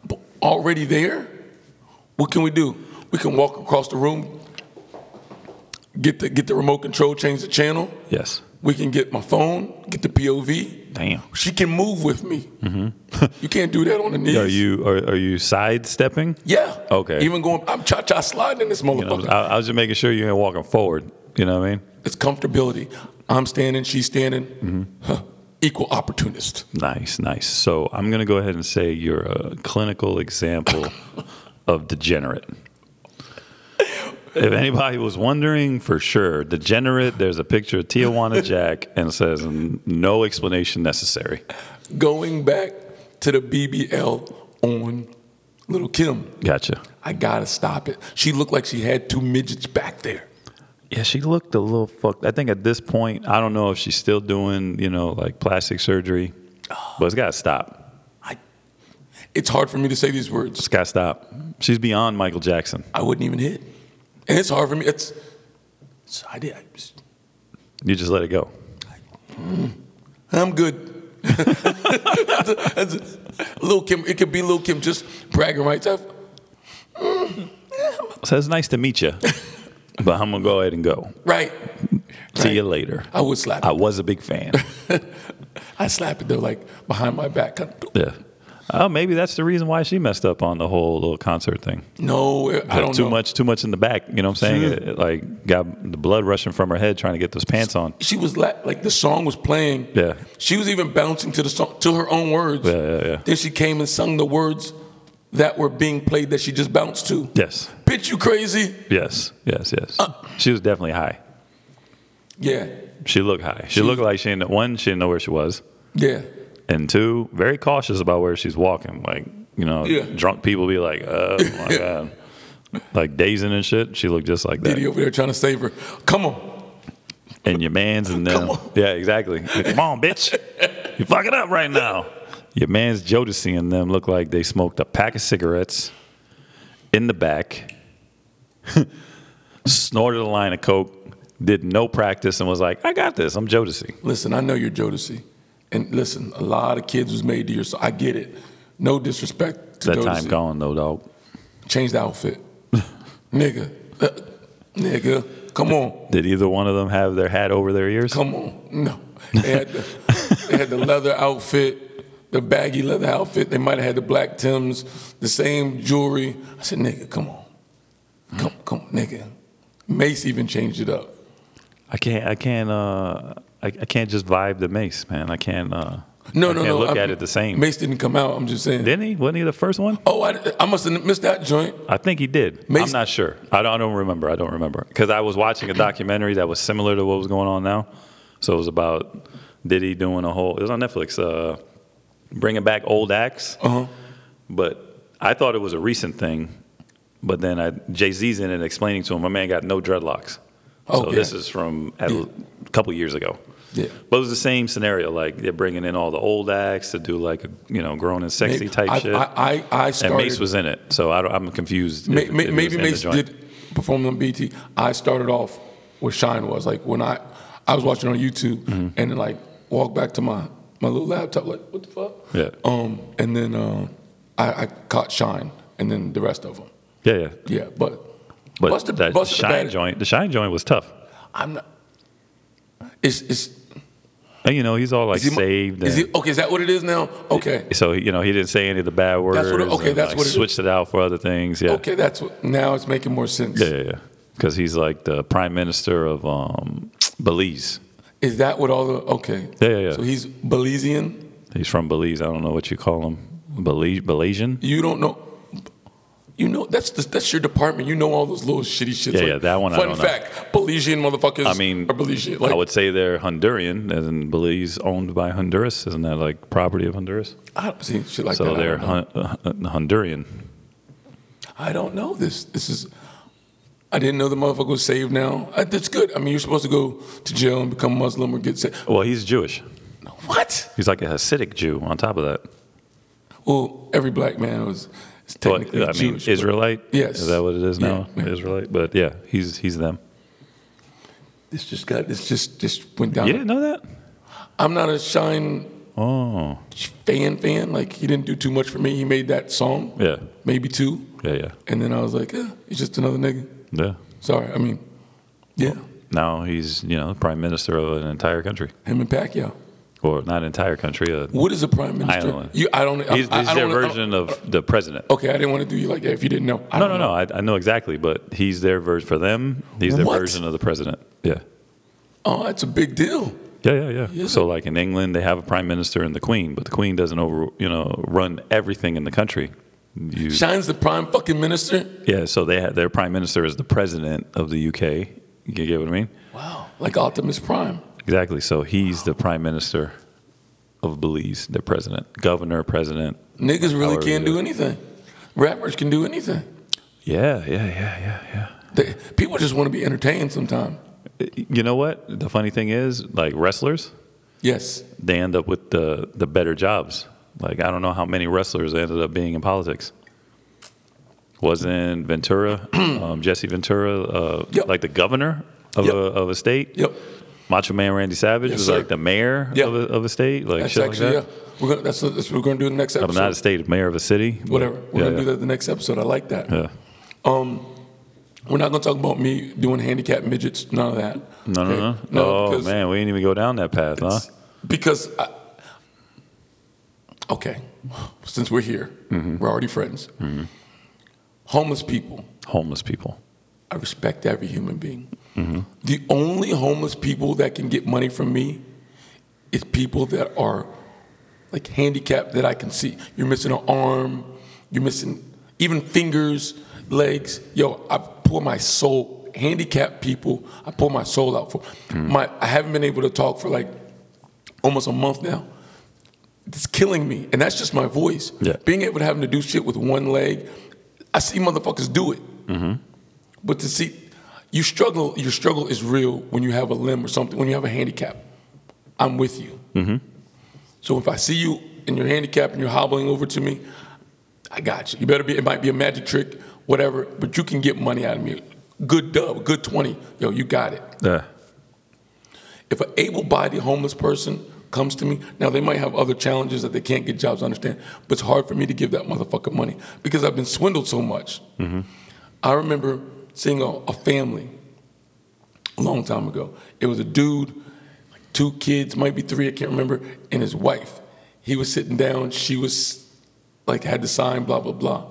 Speaker 4: but already there. What can we do? We can walk across the room, get the get the remote control, change the channel.
Speaker 3: Yes.
Speaker 4: We can get my phone, get the POV.
Speaker 3: Damn.
Speaker 4: She can move with me. you can't do that on the knees.
Speaker 3: Are Mm-hmm. you are, are you sidestepping?
Speaker 4: Yeah.
Speaker 3: Okay.
Speaker 4: Even going, I'm cha cha sliding in this
Speaker 3: You know,
Speaker 4: motherfucker.
Speaker 3: I, I was just making sure you ain't walking forward. You know what I mean?
Speaker 4: it's comfortability. I'm standing, she's standing.
Speaker 3: Mm-hmm.
Speaker 4: Huh. Equal opportunist.
Speaker 3: Nice, nice. So I'm going to go ahead and say you're a clinical example of degenerate. If anybody was wondering, for sure, degenerate. There's a picture of Tijuana Jack and it says no explanation necessary.
Speaker 4: Going back to the BBL on Little Kim.
Speaker 3: Gotcha.
Speaker 4: I gotta stop it. She looked like she had two midgets back there.
Speaker 3: Yeah, she looked a little fucked. I think at this point, I don't know if she's still doing, you know, like plastic surgery, but it's got to stop.
Speaker 4: I, it's hard for me to say these
Speaker 3: It's
Speaker 4: words.
Speaker 3: got to stop. She's beyond Michael Jackson.
Speaker 4: I wouldn't even hit, and it's hard for me. It's, it's- I did. I just-
Speaker 3: You just let it go.
Speaker 4: I'm good. that's a, that's a- Lil Kim. It could be Lil Kim just bragging rights. I've,
Speaker 3: So it's nice to meet you, but I'm going to go ahead and go.
Speaker 4: right.
Speaker 3: See you
Speaker 4: Right.
Speaker 3: later.
Speaker 4: I would slap.
Speaker 3: I
Speaker 4: it.
Speaker 3: was a big fan.
Speaker 4: I slap it though, like behind my back. Kind of,
Speaker 3: yeah. Oh, maybe that's the reason why she messed up on the whole little concert thing.
Speaker 4: no, I don't
Speaker 3: too
Speaker 4: know.
Speaker 3: much, too much in the back. You know what I'm saying?
Speaker 4: Sure.
Speaker 3: It, it, like got the blood rushing from her head trying to get those pants on.
Speaker 4: She was la- like the song was playing.
Speaker 3: Yeah.
Speaker 4: She was even bouncing to the song to her own words.
Speaker 3: Yeah, yeah, yeah.
Speaker 4: Then she came and sung the words that were being played that she just bounced to.
Speaker 3: Yes,
Speaker 4: Bitch, you crazy?
Speaker 3: yes, yes, yes.
Speaker 4: Uh.
Speaker 3: She was definitely high.
Speaker 4: Yeah,
Speaker 3: She looked high. She, looked like she didn't. One, she didn't know where she was,
Speaker 4: yeah.
Speaker 3: and two, very cautious about where she's walking. Like you know,
Speaker 4: Yeah.
Speaker 3: drunk people be like, oh my god, like dazing and shit. She looked just like that.
Speaker 4: Diddy over there trying to save her. Come on.
Speaker 3: and your man's in there.
Speaker 4: Come on.
Speaker 3: Yeah, exactly. Like, Come on, bitch. You fuck it up right now. Your man's Jodeci and them look like they smoked a pack of cigarettes in the back, snorted a line of coke, did no practice, and was like, "I got this. I'm Jodeci."
Speaker 4: Listen, I know you're Jodeci. And listen, a lot of kids was made to your so I get it. No disrespect to
Speaker 3: That
Speaker 4: Jodeci.
Speaker 3: time gone though, dog.
Speaker 4: Change the outfit. nigga. Uh, nigga. Come on.
Speaker 3: Did either one of them have their hat over their ears?
Speaker 4: Come on. No. They had the, they had the leather outfit, the baggy leather outfit. They might have had the black Tims, the same jewelry. I said, nigga, come on. Come, come, nigga. Mace even changed it up.
Speaker 3: I can't. I can't. Uh, I, I can't just vibe the mace, man. I can't. Uh,
Speaker 4: No,
Speaker 3: I
Speaker 4: no,
Speaker 3: can't
Speaker 4: no.
Speaker 3: Look
Speaker 4: I-
Speaker 3: at it the same.
Speaker 4: Mace didn't come out. I'm just saying.
Speaker 3: Didn't he? Wasn't he the first one?
Speaker 4: Oh, I, I must have missed that joint.
Speaker 3: I think he did.
Speaker 4: Mace-
Speaker 3: I'm not sure. I don't, I don't remember. I don't remember because I was watching a documentary that was similar to what was going on now. So it was about Diddy doing a whole. It was on Netflix. Uh, bringing back old acts,
Speaker 4: Uh huh.
Speaker 3: but I thought it was a recent thing. But then I, Jay Z's in it explaining to him, my man got no dreadlocks. so
Speaker 4: Oh, yeah.
Speaker 3: this is from at-
Speaker 4: Yeah.
Speaker 3: a couple years ago.
Speaker 4: Yeah.
Speaker 3: But it was the same scenario. Like they're bringing in all the old acts to do like a you know grown and sexy type
Speaker 4: I,
Speaker 3: shit.
Speaker 4: I, I, I started.
Speaker 3: and Mace was in it, so I don't, I'm confused.
Speaker 4: May-
Speaker 3: if-
Speaker 4: may-
Speaker 3: if it was
Speaker 4: maybe
Speaker 3: in the
Speaker 4: Mace
Speaker 3: joint.
Speaker 4: did perform on BT. I started off where Shine was. Like when I I was watching on YouTube
Speaker 3: Mm-hmm.
Speaker 4: and then like walked back to my my little laptop. Like what the fuck?
Speaker 3: Yeah.
Speaker 4: Um. And then um, I, I caught Shine and then the rest of them.
Speaker 3: Yeah, yeah.
Speaker 4: Yeah. But
Speaker 3: But
Speaker 4: Busta-
Speaker 3: that
Speaker 4: Busta
Speaker 3: shine
Speaker 4: Bad-
Speaker 3: joint, the shine joint was tough.
Speaker 4: I'm not. It's it's.
Speaker 3: And, you know, he's all like
Speaker 4: Is he, mo-
Speaker 3: saved.
Speaker 4: is he,
Speaker 3: and-
Speaker 4: okay, is that what it is now? Okay.
Speaker 3: so you know, he didn't say any of the bad words.
Speaker 4: That's what it- okay,
Speaker 3: and,
Speaker 4: that's
Speaker 3: like,
Speaker 4: what it is.
Speaker 3: switched it out for other things. Yeah,
Speaker 4: Okay, that's what now it's making more sense.
Speaker 3: yeah, yeah. Because he's like the prime minister of um, Belize.
Speaker 4: Is that what all the okay?
Speaker 3: Yeah, yeah, yeah.
Speaker 4: So he's Belizean.
Speaker 3: He's from Belize. I don't know what you call him. Belize, Belizean.
Speaker 4: You don't know. You know that's the, that's your department. You know all those little shitty shits.
Speaker 3: Yeah, yeah, that one I
Speaker 4: Fun
Speaker 3: don't know.
Speaker 4: fact: Belizean motherfuckers.
Speaker 3: I mean,
Speaker 4: are Belizean.
Speaker 3: I
Speaker 4: Like,
Speaker 3: would say they're Honduran, as in Belize owned by Honduras. Isn't that like property of Honduras?
Speaker 4: I don't see shit like
Speaker 3: so
Speaker 4: that. I
Speaker 3: they're
Speaker 4: don't, know.
Speaker 3: Hon- uh, Honduran.
Speaker 4: I don't know this. This is. I didn't know the motherfucker was saved. Now I, that's good. I mean, you're supposed to go to jail and become Muslim or get saved.
Speaker 3: Well, he's Jewish.
Speaker 4: What?
Speaker 3: He's like a Hasidic Jew. On top of that,
Speaker 4: Well, every black man was is
Speaker 3: Well,
Speaker 4: technically
Speaker 3: I mean,
Speaker 4: Jewish. but-
Speaker 3: Israelite.
Speaker 4: Yes.
Speaker 3: is that what it is now?
Speaker 4: Yeah.
Speaker 3: Israelite, but yeah, he's he's them.
Speaker 4: This just got. This just just went down.
Speaker 3: You didn't know that?
Speaker 4: I'm not a Shine
Speaker 3: Oh,
Speaker 4: fan fan. Like he didn't do too much for me. He made that song.
Speaker 3: yeah,
Speaker 4: Maybe two.
Speaker 3: yeah, yeah,
Speaker 4: And then I was like, eh, he's just another nigga.
Speaker 3: yeah.
Speaker 4: Sorry, I mean, yeah,
Speaker 3: Now he's you know prime minister of an entire country,
Speaker 4: him and Pacquiao.
Speaker 3: or not entire country. A,
Speaker 4: What is a prime minister?
Speaker 3: Island.
Speaker 4: You, I don't.
Speaker 3: he's
Speaker 4: I,
Speaker 3: he's
Speaker 4: I
Speaker 3: their
Speaker 4: don't wanna- I don't-
Speaker 3: version of the president.
Speaker 4: Okay, I didn't want to do you like that if you didn't know. I
Speaker 3: no, no,
Speaker 4: don't
Speaker 3: no.
Speaker 4: know.
Speaker 3: I, I know exactly, but he's their version for them. He's their
Speaker 4: What?
Speaker 3: version of the president. Yeah.
Speaker 4: Oh, that's a big deal.
Speaker 3: Yeah, yeah, yeah,
Speaker 4: Yeah.
Speaker 3: So, like in England, they have a prime minister and the queen, but the queen doesn't over, you know, run everything in the country. You,
Speaker 4: Shine's the prime fucking minister.
Speaker 3: Yeah, so they had their prime minister is the president of the UK. You get what I mean?
Speaker 4: Wow, like Optimus Prime.
Speaker 3: Exactly. So he's the prime minister of Belize, their president, governor, president.
Speaker 4: Niggas really
Speaker 3: However you
Speaker 4: can't
Speaker 3: do
Speaker 4: do
Speaker 3: it.
Speaker 4: anything. Rappers can do anything.
Speaker 3: Yeah, yeah, yeah, yeah, yeah.
Speaker 4: They, people just want to be entertained sometime.
Speaker 3: You know what? The funny thing is, like wrestlers,
Speaker 4: Yes,
Speaker 3: they end up with the the better jobs. Like I don't know how many wrestlers ended up being in politics. Wasn't Ventura, um, Jesse Ventura, uh,
Speaker 4: Yep.
Speaker 3: like the governor of,
Speaker 4: Yep.
Speaker 3: a, of a state?
Speaker 4: Yep.
Speaker 3: Macho Man Randy Savage
Speaker 4: Yes,
Speaker 3: was
Speaker 4: sir.
Speaker 3: like the mayor
Speaker 4: Yeah.
Speaker 3: of, a, of a state, like
Speaker 4: that's
Speaker 3: shit
Speaker 4: actually
Speaker 3: like that.
Speaker 4: yeah. We're gonna that's, that's what we're gonna do in the next
Speaker 3: Of
Speaker 4: episode.
Speaker 3: not a state, mayor of a city. but-
Speaker 4: Whatever. We're
Speaker 3: yeah,
Speaker 4: gonna do
Speaker 3: yeah.
Speaker 4: that the next episode. I like that.
Speaker 3: Yeah.
Speaker 4: Um, we're not gonna talk about me doing handicap midgets. None of that.
Speaker 3: No, no, no.
Speaker 4: Okay?
Speaker 3: oh
Speaker 4: because-
Speaker 3: man, we didn't even go down that path, huh?
Speaker 4: Because I, okay, since we're here, we're already friends. Homeless people.
Speaker 3: Homeless people.
Speaker 4: I respect every human being. The only homeless people that can get money from me is people that are like handicapped that I can see. You're missing an arm, you're missing even fingers, legs. Yo, I pour my soul. Handicapped people, I pour my soul out for. My, I haven't been able to talk for like almost a month now. It's killing me. And that's just my voice.
Speaker 3: Yeah.
Speaker 4: Being able to having to do shit with one leg, I see motherfuckers do it. But to see you struggle, your struggle is real when you have a limb or something, when you have a handicap. I'm with you. So if I see you and you're handicapped and you're hobbling over to me, I got you. You better be. It might be a magic trick, whatever. But you can get money out of me. Good dub, good twenty. Yo, you got it.
Speaker 3: Yeah.
Speaker 4: If an able-bodied homeless person comes to me, now they might have other challenges that they can't get jobs. I understand, but it's hard for me to give that motherfucker money because I've been swindled so much. I remember seeing a, a family a long time ago. It was a dude, like two kids, might be three, I can't remember, and his wife. He was sitting down. She was like had the sign, blah blah blah.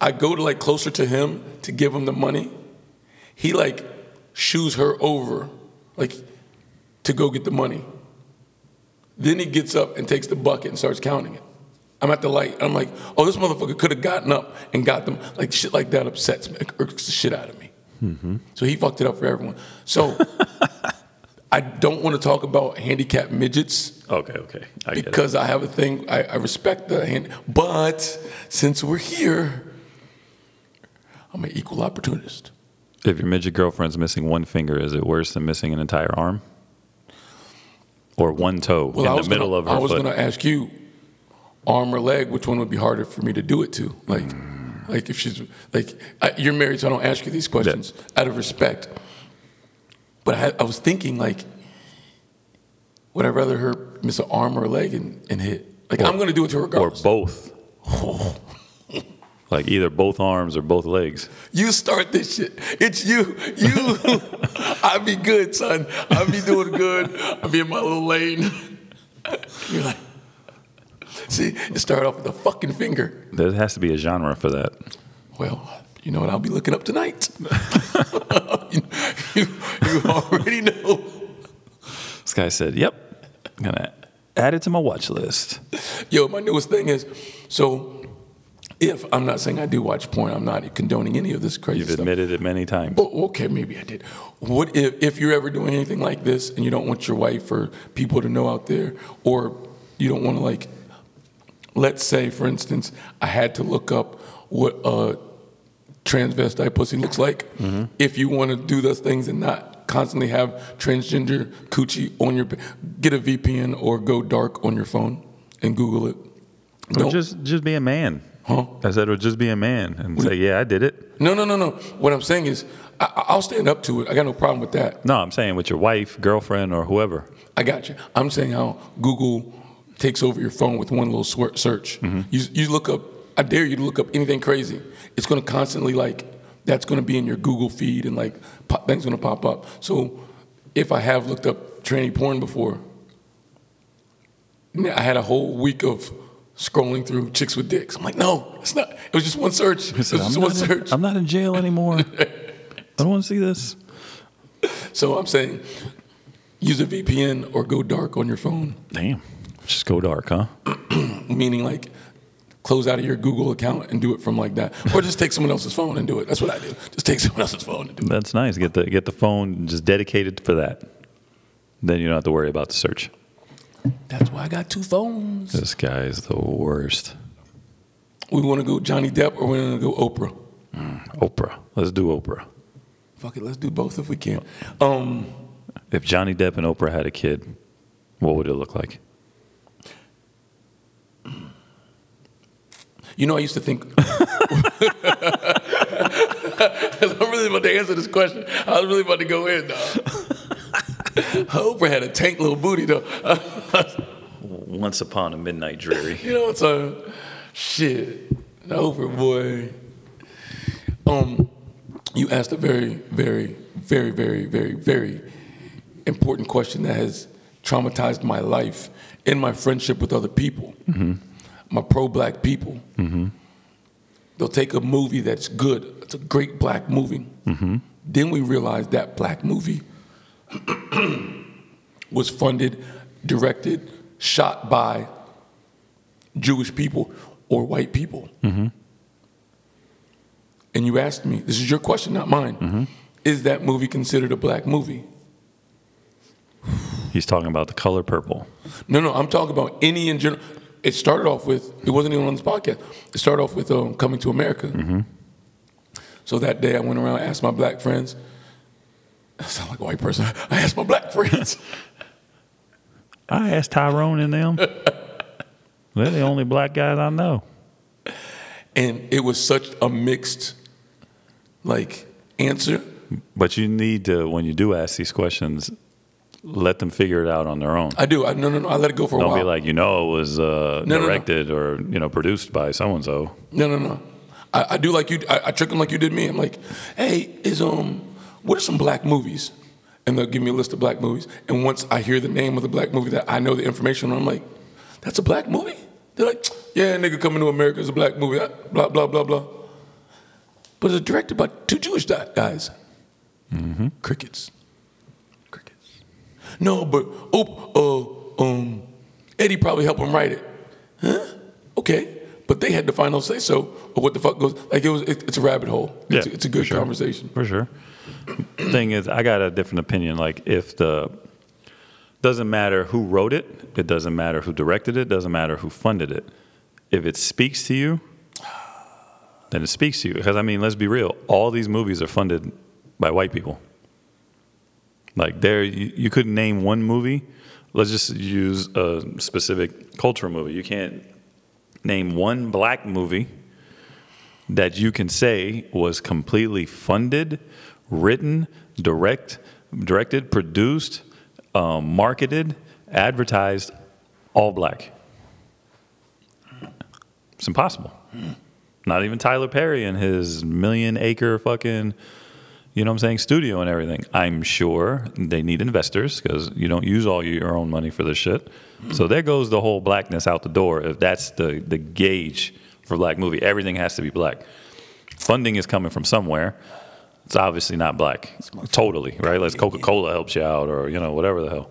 Speaker 4: I go to like closer to him to give him the money. He like shoos her over, like to go get the money. Then he gets up and takes the bucket and starts counting it. I'm at the light. I'm like, oh, this motherfucker could have gotten up and got them. Like shit like that upsets me, it irks the shit out of me.
Speaker 3: Mm-hmm.
Speaker 4: So he fucked it up for everyone. So I don't want to talk about handicapped midgets
Speaker 3: Okay. Okay. I get it.
Speaker 4: because I have a thing. I, I respect the hand, but since we're here, I'm an equal opportunist.
Speaker 3: If your midget girlfriend's missing one finger, is it worse than missing an entire arm? Or one toe
Speaker 4: Well, I
Speaker 3: in
Speaker 4: was
Speaker 3: the middle
Speaker 4: gonna,
Speaker 3: of her
Speaker 4: I was
Speaker 3: foot?
Speaker 4: going to ask you, arm or leg, which one would be harder for me to do it to? Like, like if she's like I, you're married, so I don't ask you these questions out of respect. But I, I was thinking like, would I rather her miss an arm or a leg and, and hit? Like I'm going to do it to her
Speaker 3: or
Speaker 4: regardless.
Speaker 3: both? like either both arms or both legs.
Speaker 4: You start this shit. It's you. You. I be good, son. I be doing good. I be in my little lane. You're like, see, it started off with a fucking finger.
Speaker 3: There has to be a genre for that.
Speaker 4: Well, you know what I'll be looking up tonight. you, you, you already know.
Speaker 3: This guy said, "Yep, I'm gonna add it to my watch list."
Speaker 4: Yo, my newest thing is so. If I'm not saying I do watch porn, I'm not condoning any of this crazy
Speaker 3: You've
Speaker 4: stuff.
Speaker 3: admitted it many times.
Speaker 4: Oh, okay, maybe I did. What if, if you're ever doing anything like this and you don't want your wife or people to know out there, or you don't want to like, let's say, for instance, I had to look up what a transvestite pussy looks like.
Speaker 3: Mm-hmm.
Speaker 4: If you want to do those things and not constantly have transgender coochie on your, get a VPN or go dark on your phone and Google it.
Speaker 3: Or
Speaker 4: Don't-
Speaker 3: just, just be a man.
Speaker 4: Huh?
Speaker 3: I said, "Or just be a man," and say, "Yeah, I did it."
Speaker 4: no, no, no, no. What I'm saying is, I, I'll stand up to it. I got no problem with that.
Speaker 3: No, I'm saying with your wife, girlfriend, or whoever.
Speaker 4: I got you. I'm saying how Google takes over your phone with one little swer- search.
Speaker 3: Mm-hmm.
Speaker 4: You, you look up, I dare you to look up anything crazy. It's going to constantly, like, that's going to be in your Google feed and, like, po- things going to pop up. So if I have looked up tranny porn before, I had a whole week of scrolling through chicks with dicks. I'm like, no, it's not. It was just one search. It was
Speaker 3: I'm,
Speaker 4: just one
Speaker 3: not
Speaker 4: search.
Speaker 3: in, I'm not in jail anymore. I don't want to see this.
Speaker 4: So I'm saying use a VPN or go dark on your phone.
Speaker 3: Damn, just go dark, huh?
Speaker 4: meaning like close out of your Google account and do it from like that, or just take someone else's phone and do it. That's what I do. Just take someone else's phone and do it.
Speaker 3: That's nice. Get the get the phone just dedicated for that. Then you don't have to worry about the search.
Speaker 4: That's why I got two phones.
Speaker 3: This guy is the worst.
Speaker 4: We want to go Johnny Depp or we want to go Oprah.
Speaker 3: Oprah. Let's do Oprah.
Speaker 4: Fuck it, let's do both if we can. Um,
Speaker 3: If Johnny Depp and Oprah had a kid, what would it look like?
Speaker 4: you know, I used to think. 'Cause I'm really about to answer this question. I was really about to go in. Dog. Oprah had a tank little booty though.
Speaker 3: Once upon a midnight dreary.
Speaker 4: You know what I'm saying? Shit. Over boy. Um, you asked a very, very, very, very, very, very important question that has traumatized my life and my friendship with other people. My pro-black people. They'll take a movie that's good. It's a great black movie. Then we realize that black movie was funded, directed, shot by Jewish people or white people. And you asked me, this is your question, not mine. Is that movie considered a black movie?
Speaker 3: He's talking about the color purple.
Speaker 4: No, no, I'm talking about any in general. It started off with, it wasn't even on this podcast. It started off with um, Coming to America. So that day I went around, asked my black friends. I sound like a white person. I asked my black friends.
Speaker 3: I asked Tyrone and them. They're the only black guys I know.
Speaker 4: and it was such a mixed, like, answer.
Speaker 3: But you need to, when you do ask these questions, let them figure it out on their own.
Speaker 4: I do. I, no, no, no. I let it go for a
Speaker 3: Don't
Speaker 4: while.
Speaker 3: be like, you know, it was uh,
Speaker 4: No, no, no.
Speaker 3: directed or you know produced by so and so.
Speaker 4: No, no, no. I, I do like you. I, I trick them like you did me. I'm like, hey, is um, what are some black movies? And they'll give me a list of black movies. And once I hear the name of the black movie that I know the information on, I'm like, that's a black movie. They're like, yeah, nigga, coming to America is a black movie. uh, Blah blah blah blah. But it's directed by two Jewish di- guys.
Speaker 3: Mm-hmm.
Speaker 4: Crickets. Crickets. No, but oh, uh, um, Eddie probably helped him write it. Huh? Okay. But they had the final say so of what the fuck goes. Like it was, it, it's a rabbit hole. It's,
Speaker 3: Yeah,
Speaker 4: it's a
Speaker 3: for
Speaker 4: good
Speaker 3: sure.
Speaker 4: conversation.
Speaker 3: For sure. Thing is, I got a different opinion. Like, if the doesn't matter who wrote it, it doesn't matter who directed it, doesn't matter who funded it. If it speaks to you, then it speaks to you. Because I mean, let's be real. All these movies are funded by white people. Like there, you, you couldn't name one movie. Let's just use a specific cultural movie. You can't name one black movie that you can say was completely funded, written, direct, directed, produced, um, marketed, advertised, all black. It's impossible. Not even Tyler Perry and his million acre fucking, you know what I'm saying, studio and everything. I'm sure they need investors because you don't use all your own money for this shit. So there goes the whole blackness out the door if that's the, the gauge for black movie. Everything has to be black. Funding is coming from somewhere. It's obviously not black. Totally, right? Let's Coca Cola helps you out or, you know, whatever the hell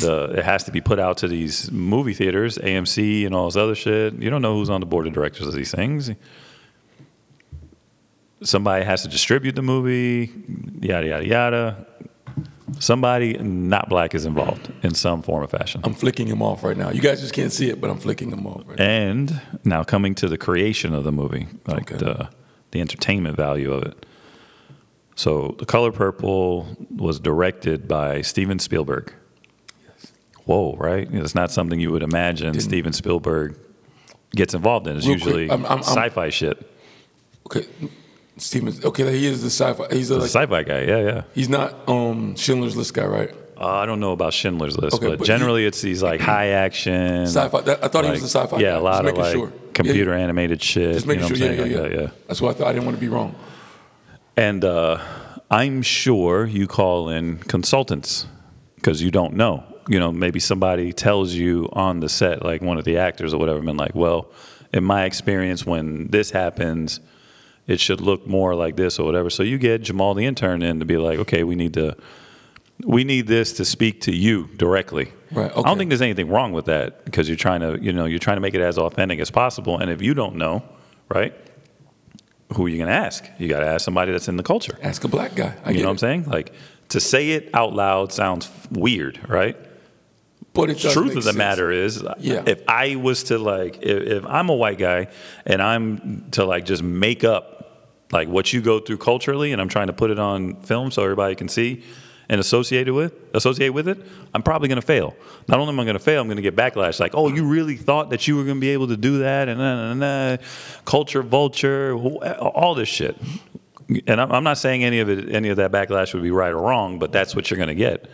Speaker 3: the it has to be put out to these movie theaters, AMC, and all this other shit. You don't know who's on the board of directors of these things. Somebody has to distribute the movie, yada yada yada. Somebody not black is involved in some form or fashion.
Speaker 4: I'm flicking him off right now. You guys just can't see it, but I'm flicking him off. Right now.
Speaker 3: And now coming to the creation of the movie, like
Speaker 4: Okay.
Speaker 3: the the entertainment value of it. So, The Color Purple was directed by Steven Spielberg. Whoa, right? It's not something you would imagine Steven Spielberg gets involved in. It's
Speaker 4: Real quick,
Speaker 3: usually
Speaker 4: I'm- I'm- I'm-
Speaker 3: sci-fi shit.
Speaker 4: Okay, Steven. Okay, he is the sci-fi. He's a,
Speaker 3: The sci-fi guy, yeah, yeah.
Speaker 4: he's not um Schindler's List guy, right?
Speaker 3: Uh, I don't know about Schindler's List,
Speaker 4: Okay,
Speaker 3: but,
Speaker 4: but
Speaker 3: generally it's these like high action
Speaker 4: Sci-fi. That, I thought he
Speaker 3: like-
Speaker 4: was the sci-fi.
Speaker 3: Yeah,
Speaker 4: guy.
Speaker 3: a lot
Speaker 4: Just
Speaker 3: of
Speaker 4: making
Speaker 3: like
Speaker 4: sure. Yeah,
Speaker 3: computer animated shit.
Speaker 4: Just
Speaker 3: you know
Speaker 4: making
Speaker 3: what I'm
Speaker 4: sure. Yeah,
Speaker 3: saying?
Speaker 4: yeah,
Speaker 3: Like
Speaker 4: yeah,
Speaker 3: that, yeah.
Speaker 4: That's why I thought I didn't want to be wrong.
Speaker 3: And uh, I'm sure you call in consultants because you don't know. You know, maybe somebody tells you on the set, like one of the actors or whatever, been like, well, in my experience, when this happens, it should look more like this or whatever. So you get Jamal the intern in to be like, okay, we need to, we need this to speak to you directly.
Speaker 4: Right,
Speaker 3: I
Speaker 4: okay.
Speaker 3: don't think there's anything wrong with that because you're trying to, you know, you're trying to make it as authentic as possible. And if you don't know, right, who are you going to ask? You got to ask somebody that's in the culture.
Speaker 4: Ask a black guy. I
Speaker 3: You
Speaker 4: get
Speaker 3: know what
Speaker 4: it.
Speaker 3: I'm saying? Like to say it out loud sounds f- weird, right?
Speaker 4: But it does
Speaker 3: Truth
Speaker 4: make
Speaker 3: of the
Speaker 4: sense.
Speaker 3: matter is, uh,
Speaker 4: Yeah.
Speaker 3: if I was to like, if, if I'm a white guy and I'm to like just make up like what you go through culturally, and I'm trying to put it on film so everybody can see and associate it with associate with it, I'm probably going to fail. Not only am I going to fail, I'm going to get backlash. Like, oh, you really thought that you were going to be able to do that, and nah, nah, nah, culture vulture, wh- all this shit. And I'm I'm not saying any of it, any of that backlash would be right or wrong, but that's what you're going to get.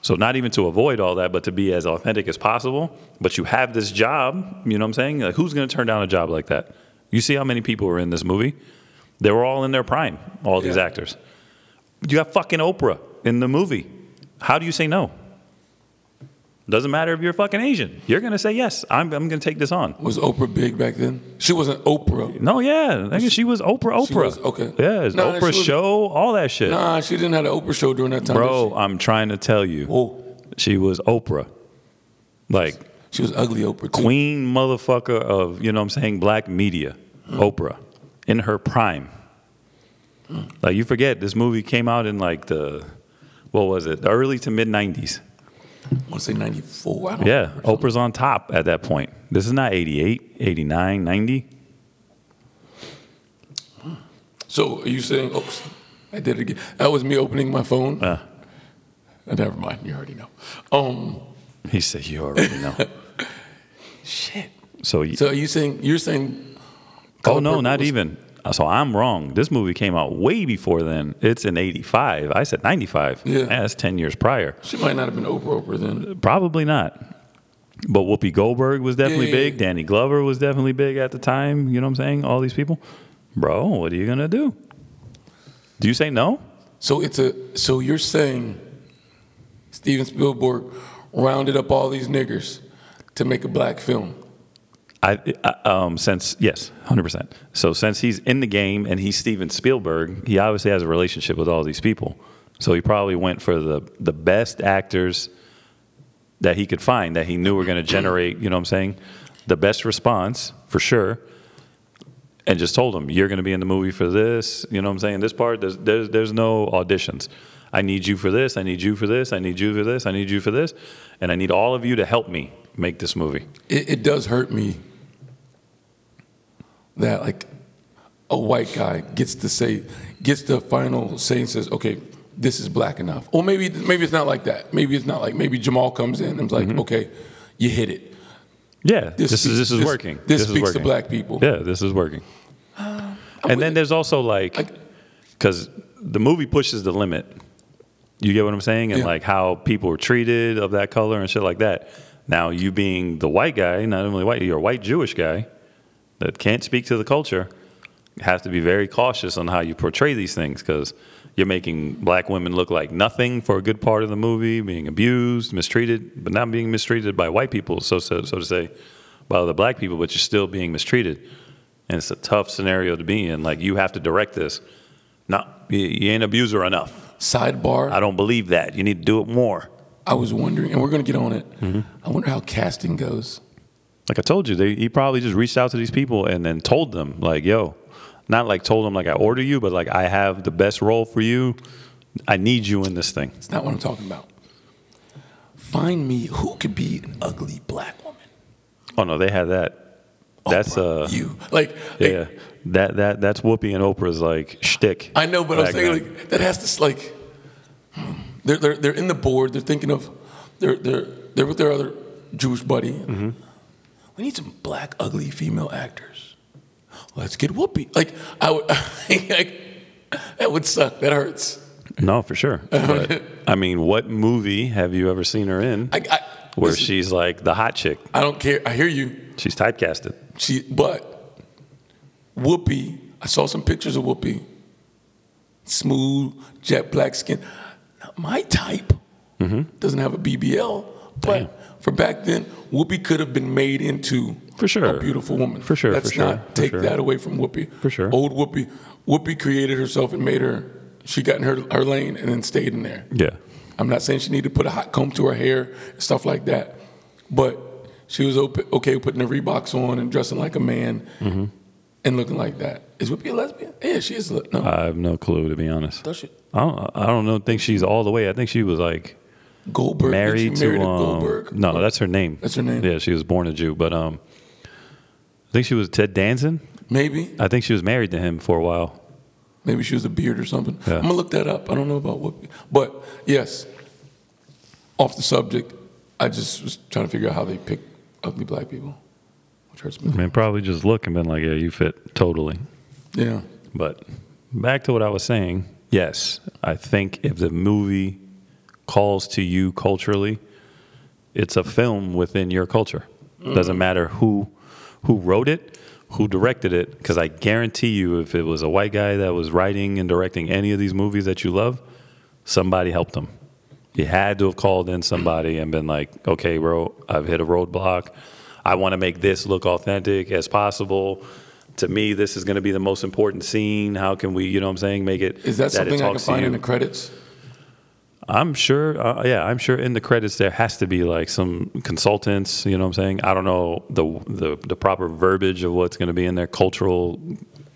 Speaker 3: So not even to avoid all that, but to be as authentic as possible. But you have this job, you know what I'm saying? Like who's gonna turn down a job like that? You see how many people were in this movie? They were all in their prime, all these
Speaker 4: Yeah.
Speaker 3: actors. You got fucking Oprah in the movie. How do you say no? Doesn't matter if you're fucking Asian. You're gonna say yes. I'm, I'm gonna take this on.
Speaker 4: Was Oprah big back then? She wasn't Oprah.
Speaker 3: No, yeah, I guess she was Oprah. Oprah.
Speaker 4: She was- okay.
Speaker 3: Yeah, it's
Speaker 4: No, no, she
Speaker 3: Oprah
Speaker 4: was-
Speaker 3: show, all that shit.
Speaker 4: Nah, she didn't have an Oprah show during that time.
Speaker 3: Bro,
Speaker 4: did
Speaker 3: I'm trying to tell you,
Speaker 4: she? oh,
Speaker 3: she was Oprah. Like
Speaker 4: she was ugly Oprah. Too.
Speaker 3: queen motherfucker of you know what I'm saying black media,
Speaker 4: Hmm.
Speaker 3: Oprah, in her prime. Like you forget this movie came out in like the what was it? The early to mid '90s.
Speaker 4: I want to say 94. I don't
Speaker 3: Yeah,
Speaker 4: remember.
Speaker 3: Oprah's on top at that point. This is not 88, 89, 90.
Speaker 4: So are you saying, oops, I did it again. That was me opening my phone.
Speaker 3: Uh,
Speaker 4: Uh, never mind. You already know. Um,
Speaker 3: he said, "You already know."
Speaker 4: shit.
Speaker 3: So, you,
Speaker 4: So are you saying, you're saying.
Speaker 3: oh no, not
Speaker 4: Color Purple was-
Speaker 3: even. So I'm wrong. This movie came out way before then. It's in '85. I said '95.
Speaker 4: Yeah.
Speaker 3: that's ten years prior.
Speaker 4: She might not have been Oprah Oprah then.
Speaker 3: Probably not. But Whoopi Goldberg was definitely
Speaker 4: yeah,
Speaker 3: big.
Speaker 4: yeah.
Speaker 3: Danny Glover was definitely big at the time. You know what I'm saying? All these people. Bro, what are you going to do? Do you say no?
Speaker 4: So it's a, so you're saying Steven Spielberg rounded up all these niggers to make a black film.
Speaker 3: I, I um, since yes, 100%. So since he's in the game and he's Steven Spielberg, he obviously has a relationship with all these people. So he probably went for the the best actors that he could find that he knew were going to generate, you know what I'm saying, the best response for sure. And just told him, you're going to be in the movie for this. You know what I'm saying? This part, there's, there's, there's no auditions. I need you for this. I need you for this. I need you for this. I need you for this. And I need all of you to help me make this movie.
Speaker 4: it, it does hurt me that like a white guy gets to say gets the final say and says okay this is black enough or maybe maybe it's not like that maybe it's not like maybe jamal comes in and is like okay you hit it
Speaker 3: Yeah,
Speaker 4: This
Speaker 3: Mm-hmm. this,
Speaker 4: speaks-
Speaker 3: is this is
Speaker 4: this-
Speaker 3: working.
Speaker 4: this
Speaker 3: is
Speaker 4: speaks to
Speaker 3: working.
Speaker 4: black people.
Speaker 3: Yeah, this is working. and then there's also like,
Speaker 4: I-
Speaker 3: because the movie pushes the limit. You get what I'm saying, and
Speaker 4: Yeah.
Speaker 3: like how people are treated of that color and shit like that. Now you being the white guy, not only white, you're a white Jewish guy that can't speak to the culture. Have to be very cautious on how you portray these things because you're making black women look like nothing for a good part of the movie, being abused, mistreated, but not being mistreated by white people, so so, so to say, by other black people, but you're still being mistreated, and it's a tough scenario to be in. Like you have to direct this. No, you, you ain't abuser enough.
Speaker 4: sidebar
Speaker 3: I don't believe that. You need to do it more.
Speaker 4: I was wondering and we're going to get on it
Speaker 3: Mm-hmm.
Speaker 4: i wonder how casting goes
Speaker 3: Like I told you, they, he probably just reached out to these people and then told them, like, yo, not like told them, like, I order you, but like, I have the best role for you. I need you in this thing.
Speaker 4: it's not what i'm talking about find me who could be an ugly black woman
Speaker 3: Oh, no, they had that. That's,
Speaker 4: Oprah,
Speaker 3: uh,
Speaker 4: Oh, you like like,
Speaker 3: yeah, that, that, that's Whoopi and Oprah's like shtick.
Speaker 4: I know, but I'm
Speaker 3: back
Speaker 4: saying
Speaker 3: then.
Speaker 4: like that has to like they're, they're they're in the board. They're thinking of they're they're they're with their other Jewish buddy.
Speaker 3: Mm-hmm.
Speaker 4: We need some black ugly female actors. Let's get Whoopi. Like I would like that would suck. That hurts.
Speaker 3: no, for sure. But, I mean, what movie have you ever seen her in
Speaker 4: I I,
Speaker 3: where
Speaker 4: listen,
Speaker 3: she's like the hot chick?
Speaker 4: I don't care. I hear you.
Speaker 3: She's typecasted.
Speaker 4: She but Whoopi. I saw some pictures of Whoopi. Smooth, jet black skin. Not my type. Doesn't have a BBL. But
Speaker 3: Mm-hmm. Damn.
Speaker 4: for back then, Whoopi could have been made into
Speaker 3: For sure.
Speaker 4: a beautiful woman.
Speaker 3: For sure,
Speaker 4: Let's
Speaker 3: for sure,
Speaker 4: not
Speaker 3: for
Speaker 4: take
Speaker 3: sure.
Speaker 4: that away from Whoopi.
Speaker 3: For sure.
Speaker 4: Old Whoopi. Whoopi created herself and made her. She got in her, her lane and then stayed in there.
Speaker 3: Yeah.
Speaker 4: I'm not saying she needed to put a hot comb to her hair and stuff like that, but she was open, okay with putting the Reeboks on and dressing like a man
Speaker 3: Mm-hmm.
Speaker 4: and looking like that. Is Whoopi a lesbian? Yeah, she is. A, le- no,
Speaker 3: I have no clue, to be honest.
Speaker 4: does she?
Speaker 3: I don't, I don't know. Think she's all the way. I think she was like
Speaker 4: Goldberg. did
Speaker 3: married
Speaker 4: she married
Speaker 3: to.
Speaker 4: a
Speaker 3: um,
Speaker 4: Goldberg.
Speaker 3: no, that's her name.
Speaker 4: That's her name.
Speaker 3: Yeah, she was born a Jew, but um, I think she was Ted Danson.
Speaker 4: maybe
Speaker 3: I think she was married to him for a while.
Speaker 4: maybe she was a beard or something.
Speaker 3: Yeah.
Speaker 4: I'm gonna look that up. I don't know about Whoopi, but yes. Off the subject, I just was trying to figure out how they pick ugly black people, which hurts me.
Speaker 3: I mean, probably just look and been like, yeah, you fit totally.
Speaker 4: Yeah.
Speaker 3: But back to what I was saying. Yes, I think if the movie calls to you culturally, it's a film within your culture. Doesn't
Speaker 4: Mm.
Speaker 3: matter who who wrote it, who directed it, because I guarantee you, if it was a white guy that was writing and directing any of these movies that you love, somebody helped him. He had to have called in somebody and been like, okay, bro, I've hit a roadblock. I want to make this look authentic as possible. To me, this is going to be the most important scene. How can we, you know what I'm saying, make it
Speaker 4: Is that,
Speaker 3: it
Speaker 4: something I can
Speaker 3: talks to
Speaker 4: find
Speaker 3: you?
Speaker 4: in the credits?
Speaker 3: I'm sure, uh, yeah, I'm sure in the credits there has to be like some consultants. You know what I'm saying? I don't know the the, the proper verbiage of what's going to be in there. Cultural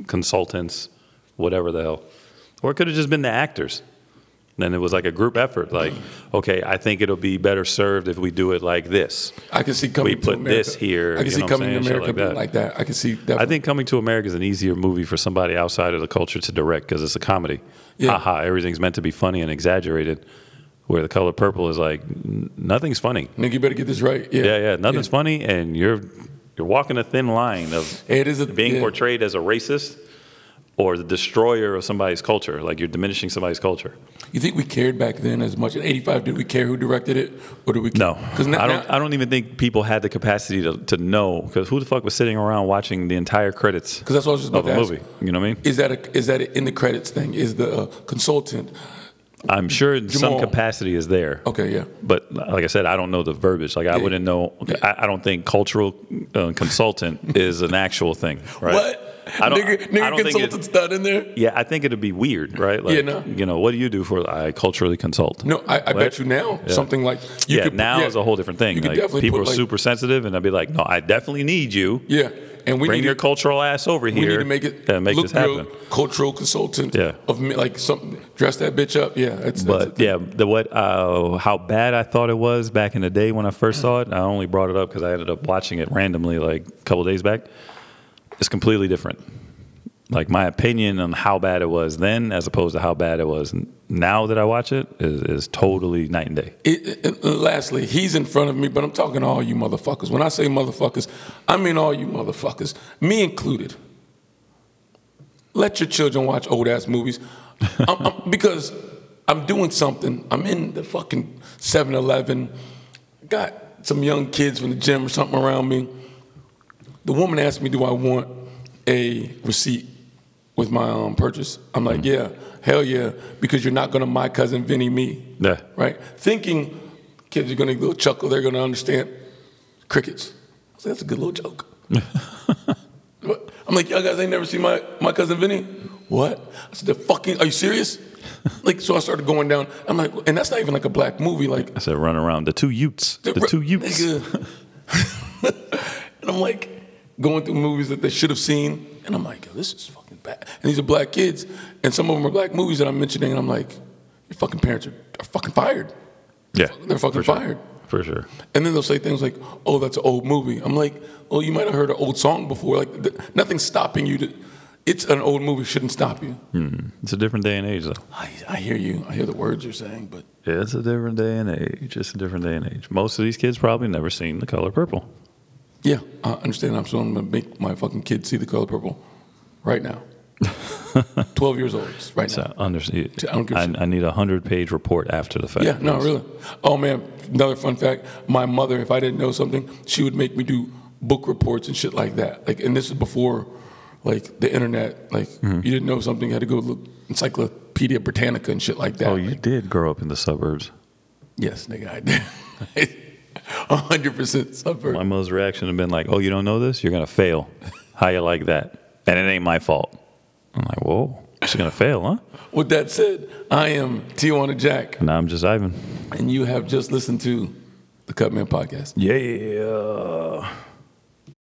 Speaker 3: consultants, whatever the hell, or it could have just been the actors. And it was like a group effort. Like, okay, I think it'll be better served if we do it like this.
Speaker 4: I can see coming.
Speaker 3: We put
Speaker 4: to America.
Speaker 3: this here,
Speaker 4: I can
Speaker 3: you
Speaker 4: see
Speaker 3: know what I'm
Speaker 4: coming
Speaker 3: saying?
Speaker 4: to
Speaker 3: Shit
Speaker 4: America
Speaker 3: like that.
Speaker 4: like that. I can see.
Speaker 3: I
Speaker 4: Definitely.
Speaker 3: think Coming to America is an easier movie for somebody outside of the culture to direct because it's a comedy.
Speaker 4: Yeah.
Speaker 3: Ha ha! Everything's meant to be funny and exaggerated. Where the color purple is like n- nothing's funny.
Speaker 4: Nigga, you better get this right.
Speaker 3: Yeah, yeah, nothing's funny, and you're you're walking a thin line of
Speaker 4: It is a,
Speaker 3: being
Speaker 4: yeah.
Speaker 3: portrayed as a racist or the destroyer of somebody's culture. Like you're diminishing somebody's culture.
Speaker 4: You think we cared back then as much? In '85, did we care who directed it, or did we?
Speaker 3: No,
Speaker 4: because now,
Speaker 3: I don't. I don't even think people had the capacity to, to know because who the fuck was sitting around watching the entire credits
Speaker 4: 'Cause that's what I was just about
Speaker 3: of a
Speaker 4: to ask.
Speaker 3: movie? You know what I mean?
Speaker 4: is that a, is that a in the credits thing? Is the uh, consultant?
Speaker 3: I'm sure in some
Speaker 4: Jamal.
Speaker 3: capacity is there.
Speaker 4: Okay, yeah.
Speaker 3: But like I said, I don't know the verbiage. Like I
Speaker 4: Yeah.
Speaker 3: wouldn't know. I, I don't think cultural uh, consultant is an actual thing, right?
Speaker 4: What?
Speaker 3: I don't.
Speaker 4: nigga,
Speaker 3: I
Speaker 4: nigga
Speaker 3: don't think it-
Speaker 4: consultant's not in there.
Speaker 3: yeah, I think it'd be weird, right? Like,
Speaker 4: Yeah, no.
Speaker 3: you know, what do you do for I culturally consult?
Speaker 4: No, I, I
Speaker 3: What?
Speaker 4: bet you now
Speaker 3: Yeah.
Speaker 4: something like you
Speaker 3: yeah,
Speaker 4: could,
Speaker 3: now
Speaker 4: yeah,
Speaker 3: is a whole different thing.
Speaker 4: You could
Speaker 3: Like,
Speaker 4: definitely
Speaker 3: people
Speaker 4: put,
Speaker 3: are
Speaker 4: like-
Speaker 3: super sensitive, and I'd be like, no, I definitely need you.
Speaker 4: Yeah, and we
Speaker 3: Bring
Speaker 4: need
Speaker 3: your
Speaker 4: to,
Speaker 3: cultural ass over
Speaker 4: we
Speaker 3: here
Speaker 4: need to make it
Speaker 3: and make
Speaker 4: look
Speaker 3: this happen.
Speaker 4: real. Cultural consultant
Speaker 3: Yeah.
Speaker 4: of me, like something dress that bitch up. Yeah, that's,
Speaker 3: But
Speaker 4: that's a-
Speaker 3: yeah, the what uh, how bad I thought it was back in the day when I first saw it. I only brought it up because I ended up watching it randomly like a couple days back. It's completely different. Like my opinion on how bad it was then, as opposed to how bad it was n- now that I watch it, is, is totally night and day.
Speaker 4: It, it- uh, lastly, he's in front of me, but I'm talking to all you motherfuckers. When I say motherfuckers, I mean all you motherfuckers, me included. Let your children watch old ass movies. I'm, I'm- because I'm doing something. I'm in the fucking 7 Eleven, got some young kids from the gym or something around me. The woman asked me, Do I want a receipt with my um, purchase? I'm like, Yeah, hell yeah, because you're not gonna my cousin Vinny me
Speaker 3: Yeah.
Speaker 4: right? Thinking kids are going to go chuckle, they're going to understand crickets. I was like, that's a good little joke. What? I'm like, y'all guys ain't never seen my, my cousin Vinny? What? I said, the fucking, are you serious? like, so I started going down. I'm like, and that's not even like a black movie. Like,
Speaker 3: I said, run around the two Utes, the
Speaker 4: re-
Speaker 3: two Utes.
Speaker 4: nigga. and I'm like going through movies that they should have seen, and I'm like, yo, this is fucking bad. And these are black kids, and some of them are black movies that I'm mentioning, and I'm like, your fucking parents are, are fucking fired.
Speaker 3: Yeah,
Speaker 4: They're fucking
Speaker 3: for sure.
Speaker 4: fired.
Speaker 3: for sure.
Speaker 4: And then they'll say things like, "Oh, that's an old movie." I'm like, "Well, you might have heard an old song before. Like, th- nothing's stopping you. To, it's an old movie. Shouldn't stop you."
Speaker 3: It's a different day and age, though.
Speaker 4: I, I hear you. I hear the words you're saying, but
Speaker 3: Yeah, it's a different day and age. It's a different day and age. Most of these kids probably never seen the color purple.
Speaker 4: yeah, I understand. I'm still gonna make my fucking kids see the color purple right now. Twelve years old, right now.
Speaker 3: So understand.
Speaker 4: I don't give a
Speaker 3: I,
Speaker 4: shit.
Speaker 3: I need a hundred page report after the fact.
Speaker 4: Yeah, no, really. Oh man, another fun fact. My mother, if I didn't know something, she would make me do book reports and shit like that. Like, and this is before, like, the internet. Like, you didn't know something, you had to go look Encyclopedia Britannica and shit like that.
Speaker 3: Oh, you
Speaker 4: Like,
Speaker 3: did grow up in the suburbs.
Speaker 4: yes, nigga, I did. A hundred percent suffered.
Speaker 3: My mother's reaction had been like, "Oh, you don't know this? You're gonna fail. How you like that? And it ain't my fault." I'm like, "Whoa, she's gonna fail, huh?"
Speaker 4: With that said, I am Tijuana Jack,
Speaker 3: And I'm just Ivan.
Speaker 4: and you have just listened to the Cutman Podcast.
Speaker 3: Yeah.